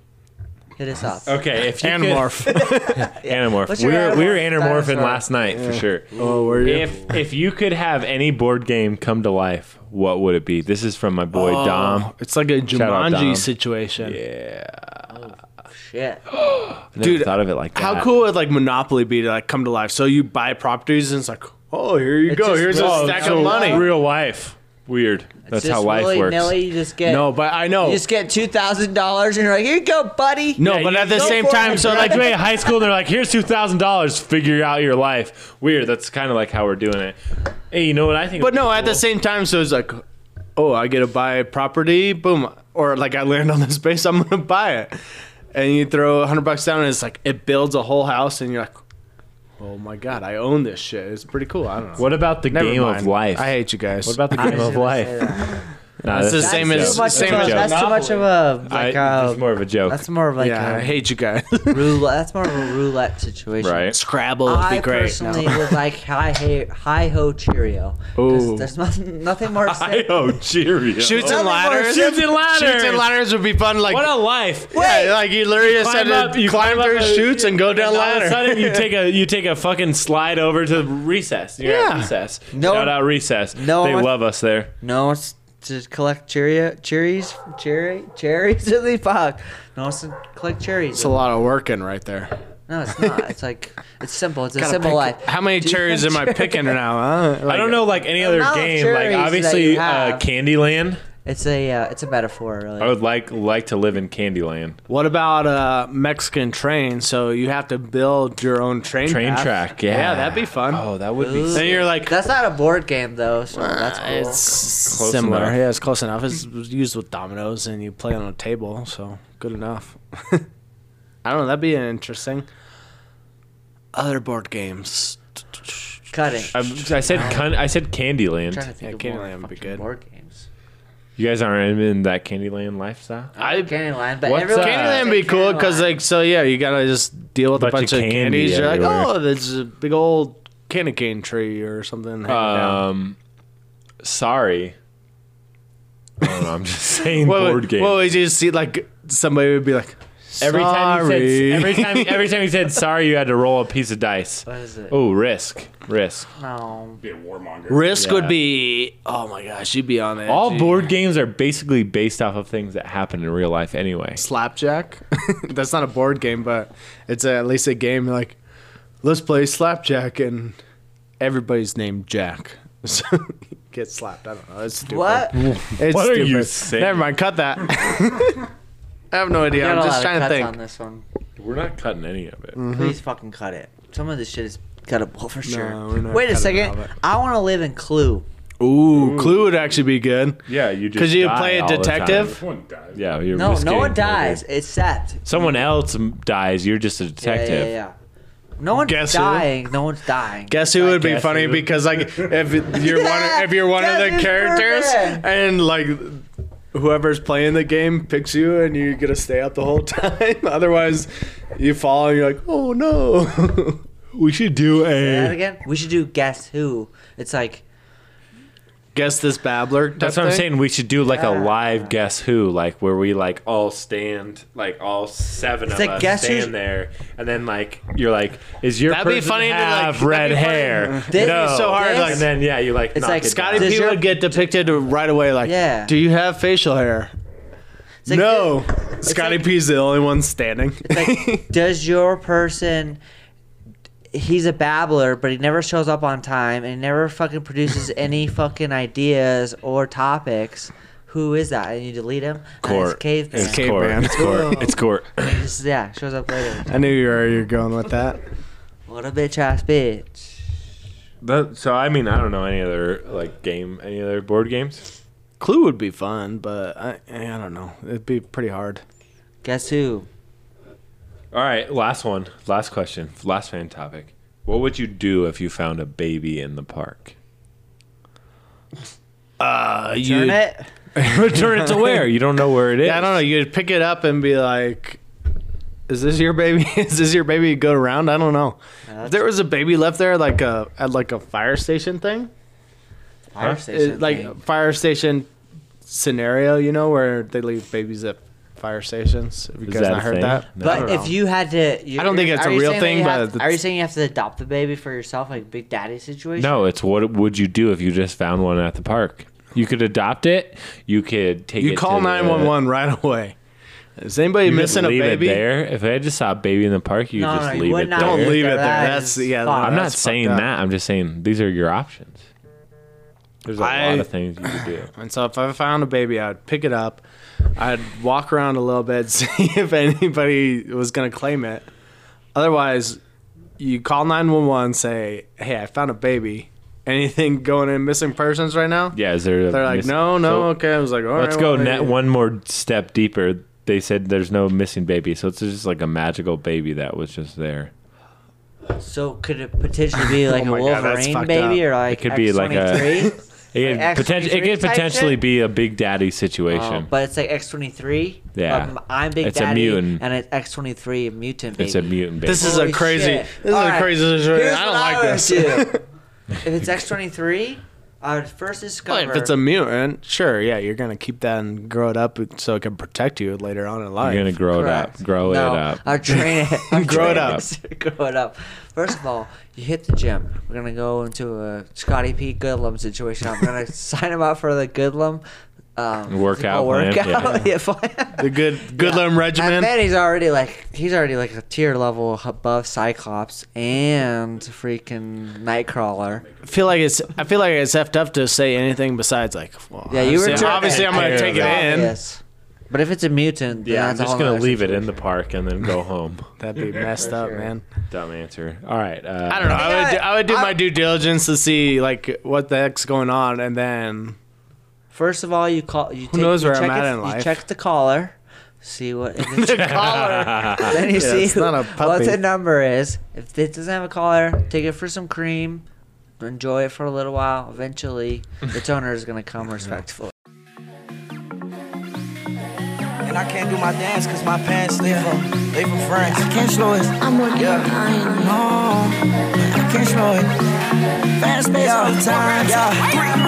S4: Hit us up.
S2: okay, if you could-
S3: Animorph.
S2: Animorph.
S4: What's
S2: We
S4: your
S2: were, we were
S4: animorph
S2: animorphing
S4: dinosaur?
S2: last night for sure.
S3: oh, were you?
S2: If if you could have any board game come to life, what would it be? This is from my boy
S3: Oh,
S2: Dom.
S3: It's like a
S2: out Dom.
S3: Jumanji situation.
S2: Yeah,
S4: Shit.
S2: I never
S3: Dude,
S2: thought of it like that.
S3: How cool would like Monopoly be to like come to life? So you buy properties and it's like, oh, here you
S4: It's
S3: go.
S4: just
S3: Here's
S4: really-
S3: a stack
S4: so
S3: of money.
S2: Real life. Weird. That's
S4: It's
S2: how
S4: just
S2: life
S4: willy
S2: works.
S4: Nilly, you just get
S3: No, but I know.
S4: you just get two thousand dollars, and you're like, here you go, buddy.
S3: no,
S2: Yeah,
S3: but
S2: you
S3: at the
S2: go
S3: same
S4: for it,
S3: time, so like,
S2: graduate high school, they're like, "Here's two thousand dollars. Figure out your life." Weird. That's kind of like how we're doing it. Hey, you know what I think?
S3: but no, at the
S2: same.
S3: same time, so it's like, oh, I get to buy property, boom, or like I land on this base, I'm gonna buy it, and you throw a hundred bucks down, and it's like it builds a whole house, and you're like, oh my god, I own this shit. It's pretty cool. I don't know.
S2: What about the
S3: Never
S2: game
S3: mind.
S2: of life?
S3: I hate you guys.
S2: what about the game
S4: was
S2: of
S4: gonna say
S2: life?
S4: that.
S2: Nah,
S3: That's the
S2: just a
S3: same
S2: joke.
S3: as-
S4: too much
S3: same
S4: of
S2: as
S4: a,
S2: Joe.
S4: that's too much of a
S2: I-
S4: like uh
S2: it's more of a joke,
S4: that's more of like
S3: yeah, I hate you guys.
S4: a roulette. That's more of a roulette situation.
S2: right?
S3: Scrabble would
S4: I
S3: be great. No.
S4: personally would like hi hey hi ho Cheerio. 'Cause
S3: Ooh.
S4: There's nothing, nothing more. exciting-
S2: Oh, Cheerio.
S3: Shoots and
S4: Nothing more
S3: ladders.
S4: shoots
S2: and ladders.
S3: Shoots and ladders would be fun. Like
S2: What a life!
S3: yeah, like you literally just had
S2: Climb
S3: to
S2: up, you
S3: climb,
S2: climb up
S3: through
S2: a-
S3: shoots and go down
S2: And all of a
S3: ladder.
S2: sudden, you take a you take a fucking slide over to recess. You're at
S3: Yeah.
S2: recess.
S4: No-
S2: Shout out recess.
S4: no
S2: they
S4: one-
S2: love us there.
S4: No one's to collect Cheerio cherries cherry cherries in the park. No one's to collect cherries.
S3: It's a lot of working right there.
S4: No, it's not. It's like it's simple. It's a
S3: Gotta
S4: simple
S3: pick-
S4: life.
S3: How many
S4: Do you
S3: cherries
S4: think
S3: am I
S4: cherry-
S3: picking now? Huh?
S2: I don't know like any other
S4: amount of
S2: game. Like
S4: cherries that
S2: obviously,
S4: you have.
S2: uh, Candyland.
S4: It's a uh, it's a metaphor, really.
S3: Oh,
S2: I would like like to live in Candyland.
S3: What about uh, Mexican train? So you have to build your own train
S2: Train
S3: path.
S2: track. Yeah.
S3: yeah, that'd be fun.
S2: Oh, that would be.
S4: Ooh.
S3: Then you're like,
S4: That's not a board game though, so that's cool.
S3: it's
S2: Close
S3: similar.
S2: enough.
S3: Yeah, it's close enough. It's used with dominoes, and you play on a table, so good enough. I don't know. That'd be interesting. Other board games.
S4: cutting.
S2: I, I said cun- I said
S4: trying to
S2: Candyland.
S4: think
S3: Yeah,
S4: of more
S3: Candyland would be
S4: fucking
S3: good.
S4: board games.
S2: You guys aren't in that Candyland lifestyle.
S3: I
S4: Candyland, but
S2: What's
S4: everyone
S2: up?
S3: Candyland be cool because like so yeah, you gotta just deal with a bunch, of, candies. You're like,
S2: everywhere.
S3: oh, there's a big old candy cane tree or something. hanging down.
S2: Um, sorry. I don't know, I'm just saying
S3: What
S2: board
S3: would-
S2: game.
S3: What would you see? Like somebody would be like,
S2: every time you
S3: "Sorry."
S2: said every time every time you said sorry, you had to roll a piece of dice.
S4: What is it? Um,
S2: Oh, risk, risk.
S3: Oh.
S4: No.
S1: Be a warmonger.
S3: risk would
S2: Yeah.
S3: be. Oh my gosh, you'd be on it.
S2: All board games are basically based off of things that happen in real life anyway.
S3: slapjack. That's not a board game, but it's at least a game like let's play slapjack and everybody's named Jack. So get slapped. I don't know. It's stupid.
S4: What?
S3: It's
S2: What are
S3: stupid.
S2: you saying?
S3: Never mind. Cut that. I have no idea.
S4: Got
S3: I'm
S4: a
S3: just
S4: lot of
S3: trying to
S4: cuts on
S3: think. Mm-hmm.
S4: this one.
S2: We're not cutting any of it.
S4: Please fucking cut it. Some of this shit is cuttable for sure.
S3: we're not
S4: Wait a
S3: cutting all
S4: second.
S3: of it.
S4: I want to live in Clue.
S3: Ooh, Clue would actually be good.
S2: Yeah, you just
S3: Because you
S2: die
S3: play a
S2: all the time.
S3: detective.
S1: One dies.
S2: Yeah, you're
S4: No,
S2: risking
S4: no one
S2: murder.
S4: dies except
S2: Someone else m- dies. You're just a detective.
S4: Yeah, yeah, yeah. No one's
S3: Guess who?
S4: dying. No one's dying.
S3: Guess who would be
S2: guess
S3: funny
S2: who.
S3: because like if you're one if you're one of
S4: Guess
S3: the
S4: who's
S3: characters
S4: perfect.
S3: and like whoever's playing the game picks you and you're gonna stay up the whole time. Otherwise, you fall and you're like, oh no. we should do
S4: Say that
S3: a
S4: again? We should do guess who. It's like
S3: guess this babbler.
S2: That's what I'm saying. We should do like a live Guess Who, like where we like all stand, like all seven of
S4: like
S2: us
S4: Guess Who's-
S2: stand there, and then like you're like, is your
S3: That'd be
S2: person
S3: funny to, like-
S2: have
S3: that'd
S2: red
S3: be funny.
S2: hair?
S4: This-
S2: no,
S4: so hard,
S2: And
S4: like-
S2: then yeah, you like
S4: It's
S2: knock
S4: like
S2: it
S3: Scotty
S2: down.
S4: Does
S3: P
S4: your-
S3: would get depicted right away like,
S4: Yeah.
S3: do you have facial hair?
S4: it's like
S3: no. Scotty
S4: like-
S3: P's the only one standing.
S4: like, does your person he's a babbler but he never shows up on time and he never fucking produces any fucking ideas or topics who is that and you delete him and it's
S2: court.
S4: caveman
S2: It's
S3: Cave
S2: court.
S3: man.
S2: It's court. It's court.
S4: He just- yeah shows up later
S3: I knew you were you were going with that.
S4: what a bitch ass bitch
S2: That- so I mean, I don't know any other like game, any other board games.
S3: Clue would be fun, but I I don't know. It'd be pretty hard.
S4: guess who
S2: All right, last one, last question, last fan topic. What would you do if you found a baby in the park?
S3: Uh,
S4: turn
S3: you
S4: it
S2: Return it to where? You don't know where it is.
S3: yeah, I don't know. You'd pick it up and be like, "Is this your baby? Is this your baby?" You'd Go around. I don't know.
S4: that's-
S3: If there was a baby left there, like a at like a fire station thing,
S4: fire
S3: it-
S4: station
S3: like
S4: thing.
S3: fire station scenario, you know, where they leave babies at fire stations. Have you
S2: Is
S3: guys
S2: that
S3: not
S2: a
S3: heard
S2: thing?
S3: that?
S2: No.
S4: but if you had to, you,
S3: I don't think it's
S4: are
S3: a
S4: you
S3: real
S4: saying that
S3: thing,
S4: you
S3: but
S4: have- are you
S3: it's-
S4: saying you have to adopt the baby for yourself, like Big Daddy situation?
S2: No, it's what would you do if you just found one at the park? You could adopt it. You could take.
S3: You
S2: it
S3: call
S2: to the- uh,
S3: nine one one right away. Is anybody
S2: You could
S3: missing a
S2: leave
S3: baby?
S2: It there. If I just saw a baby in the park, you
S4: No,
S2: just
S4: no, you
S2: leave
S4: would
S2: it
S4: not.
S2: there.
S3: Don't leave it there.
S4: That
S3: That's
S4: is
S3: yeah.
S4: fucked.
S2: I'm
S4: Oh,
S2: not
S3: that's
S2: saying
S3: fucked up.
S2: that. I'm just saying these are your options. There's a
S3: I-
S2: lot of things you could do.
S3: And so if I found a baby, I'd pick it up. I'd walk around a little bit, see if anybody was going to claim it. Otherwise, you call 911, say, hey, I found a baby. Anything going in missing persons right now?
S2: Yeah, is there? a
S3: They're like,
S2: miss-
S3: no, no,
S2: so
S3: okay. I was like, all
S2: let's
S3: right,
S2: go
S3: well,
S2: net
S3: maybe-
S2: one more step deeper. They said there's no missing baby, so it's just like a magical baby that was just there.
S4: So could it potentially be like
S3: my
S4: a
S3: God, that's
S2: Oh
S4: Wolverine
S3: fucked
S4: baby
S3: up.
S4: or like
S2: It could be like a-
S4: X-23?
S2: It
S4: Like
S2: could, poten- it
S4: X23
S2: could
S4: type
S2: potentially
S4: shit?
S2: be a Big Daddy situation.
S4: Oh, but it's like X23.
S2: Yeah.
S4: Um, I'm Big
S2: It's a
S4: Daddy.
S2: mutant.
S4: And it's X23, mutant. Baby.
S2: it's a mutant baby.
S3: This is a
S4: Holy
S3: crazy.
S4: shit.
S3: This
S4: All
S3: is a
S4: right.
S3: crazy situation.
S4: Here's
S3: I don't
S4: what
S3: like
S4: would
S3: this.
S4: do. if it's X23, I would first discover.
S3: Well, if it's a mutant, sure, yeah, you're gonna keep that and grow it up so it can protect you later on in life.
S2: You're gonna grow it
S4: Correct.
S2: up. Grow
S4: no,
S2: it up.
S4: I'll train it. I'll
S3: Grow it
S4: train
S3: up.
S4: grow it up. First of all, you hit the gym. We're gonna go into a Scotty P. Goodlum situation. I'm gonna sign him up for the Goodlum um,
S2: Workout plan,
S4: Workout.
S2: yeah.
S4: Yeah, plan.
S3: The good good limb
S4: And
S3: regimen.
S4: then he's already like he's already like a tier level above Cyclops and freaking Nightcrawler.
S3: I feel like it's I feel like it's effed up to say anything besides like. Well,
S4: Yeah, you were
S3: obviously-
S4: too-
S3: obviously I'm gonna
S2: Yeah.
S3: take it in.
S4: Yes, but if it's a mutant, then
S2: yeah, I'm
S4: that's a
S2: just
S4: whole
S2: gonna
S4: nother
S2: leave it in
S4: situation.
S2: the park and then go home.
S3: That'd be messed up, man.
S2: Dumb answer. All right. Uh,
S3: I don't know. I would do, I would do
S4: I-
S3: my due diligence to see like what the heck's going on, and then
S4: First of all, you call. You Who
S3: knows
S4: you
S3: where I'm
S4: check
S3: at
S4: it-
S3: in life?
S4: You check the collar, see what if it's
S3: the collar.
S4: then you
S3: Yeah,
S4: see
S3: it's not a
S4: what
S3: puppy.
S4: the number is. If it doesn't have a collar, take it for some cream. Enjoy it for a little while. Eventually, its owner is gonna come respectfully.
S6: And I can't do my dance cause my pants they from they from France. I can't slow it. I'm working yeah. No, I can't slow it. Fast pace all the time. Yeah.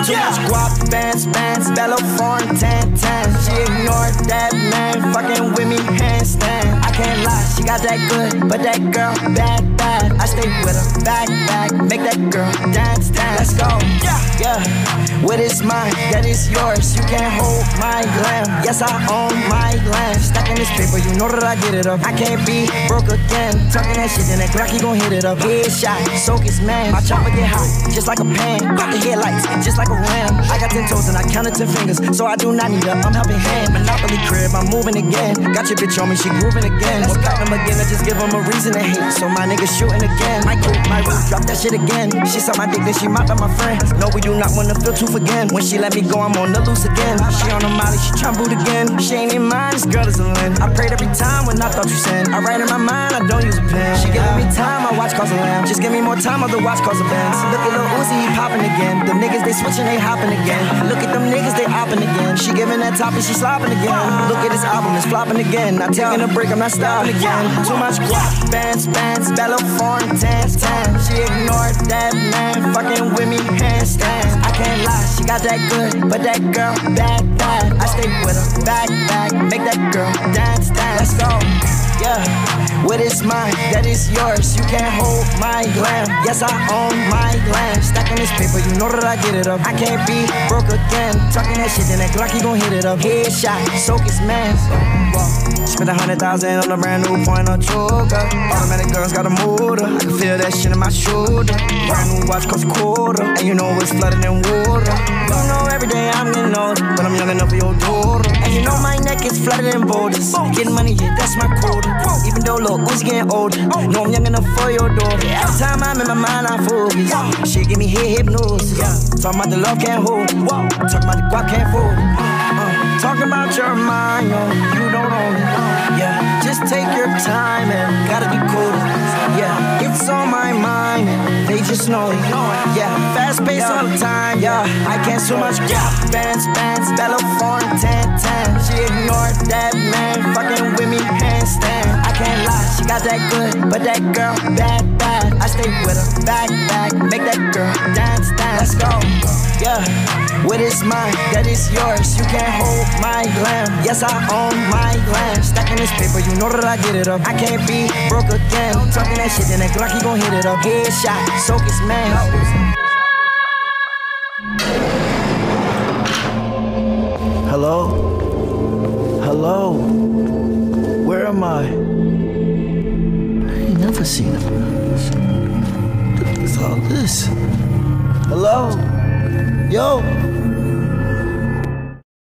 S6: Yeah. Squat bands, bands, bellow foreign tan tan. She ignored that man, fucking with me handstand. I can't lie, she got that good, but that girl bad bad. I stay with her back back, make that girl dance dance. Let's go. Yeah. Yeah. What is mine? That is yours. You can't hold my glam. Yes, I own my glam. Stacking this paper, you know that I get it up. I can't be broke again. Talking that shit, then that Glocky gon' hit it up. Headshot, soak his man. My chopper get hot, just like a pan. Got the headlights, just like a ram. I got ten toes and I counted ten fingers, so I do not need a unhelping hand. Monopoly crib, I'm moving again. Got your bitch on me, she grooving again. What platinum again? I just give him a reason to hate. So my niggas shooting again. My group, my roof, drop that shit again. She saw my dick, then she mopped up my friend. No, we do not wanna feel truth again. When she let me go, I'm on the loose again. She on the molly, she tryna boot again. She ain't in mine, this girl is a lin. I prayed every time when I thought you sent. I write in my mind, I don't use a pen. She giving me time, I watch cause a lamb. Just give me more time, other watch cause a bands. Look at little Uzi, he popping again. Them niggas, they switching, they hopping again. Look at them niggas, they opping again. She giving that top and she slopping again. Look at this album, it's flopping again. Not taking a break, I'm not stopping again. Too much guap, bands, bands, bellow foreign dance, dance. She ignored that man, fucking with me, handstands. I can't lie, she got that good, but that girl bad, bad. I stay with her, back, back, make that girl dance, dance. Let's go. Yeah, what is mine? That is yours. You can't hold my glam. Yes, I own my glam. Stacking this paper, you know that I get it up. I can't be broke again. Talking that shit, then that Glocky gon' hit it up. Headshot, soak his man. Spent a hundred thousand on a brand new point on Chuga. Automatic girls got a motor. I can feel that shit in my shoulder. Brand new watch cost a quarter, and you know it's flooded in water. You know every day I'm getting older, but I'm young enough for your daughter. And you know my neck is flooded in boulders. Getting money, yeah, that's my quota. Even though little Uzi getting older, know I'm young enough for your daughter. Every time I'm in my mind, I focus. She give me hip hypnosis. Talking about the love can't hold it. Talking about the guap can't fold it. Uh, Talking about your mind, yo, you don't own it. Uh, Yeah, just take your time and gotta be cool. Yeah, it's on my mind and they just know it. Yeah, fast pace all the time. Yeah, I can't so much. Yeah, bands, bands, bellow foreign tan tan. She ignored that man, fucking with me handstand. I can't lie, she got that good, but that girl bad bad. I stay with her back back, make that girl dance dance. Let's go. Yeah, what is mine? That is yours. You can't hold my glam. Yes, I own my glam. Stacking this paper, you know that I get it up. I can't be broke again. Talking that shit, then that Glocky gon' hit it up. Headshot, soak his man. Hello? Hello? Where am I? I ain't never seen him. What is all this? Hello? Yo?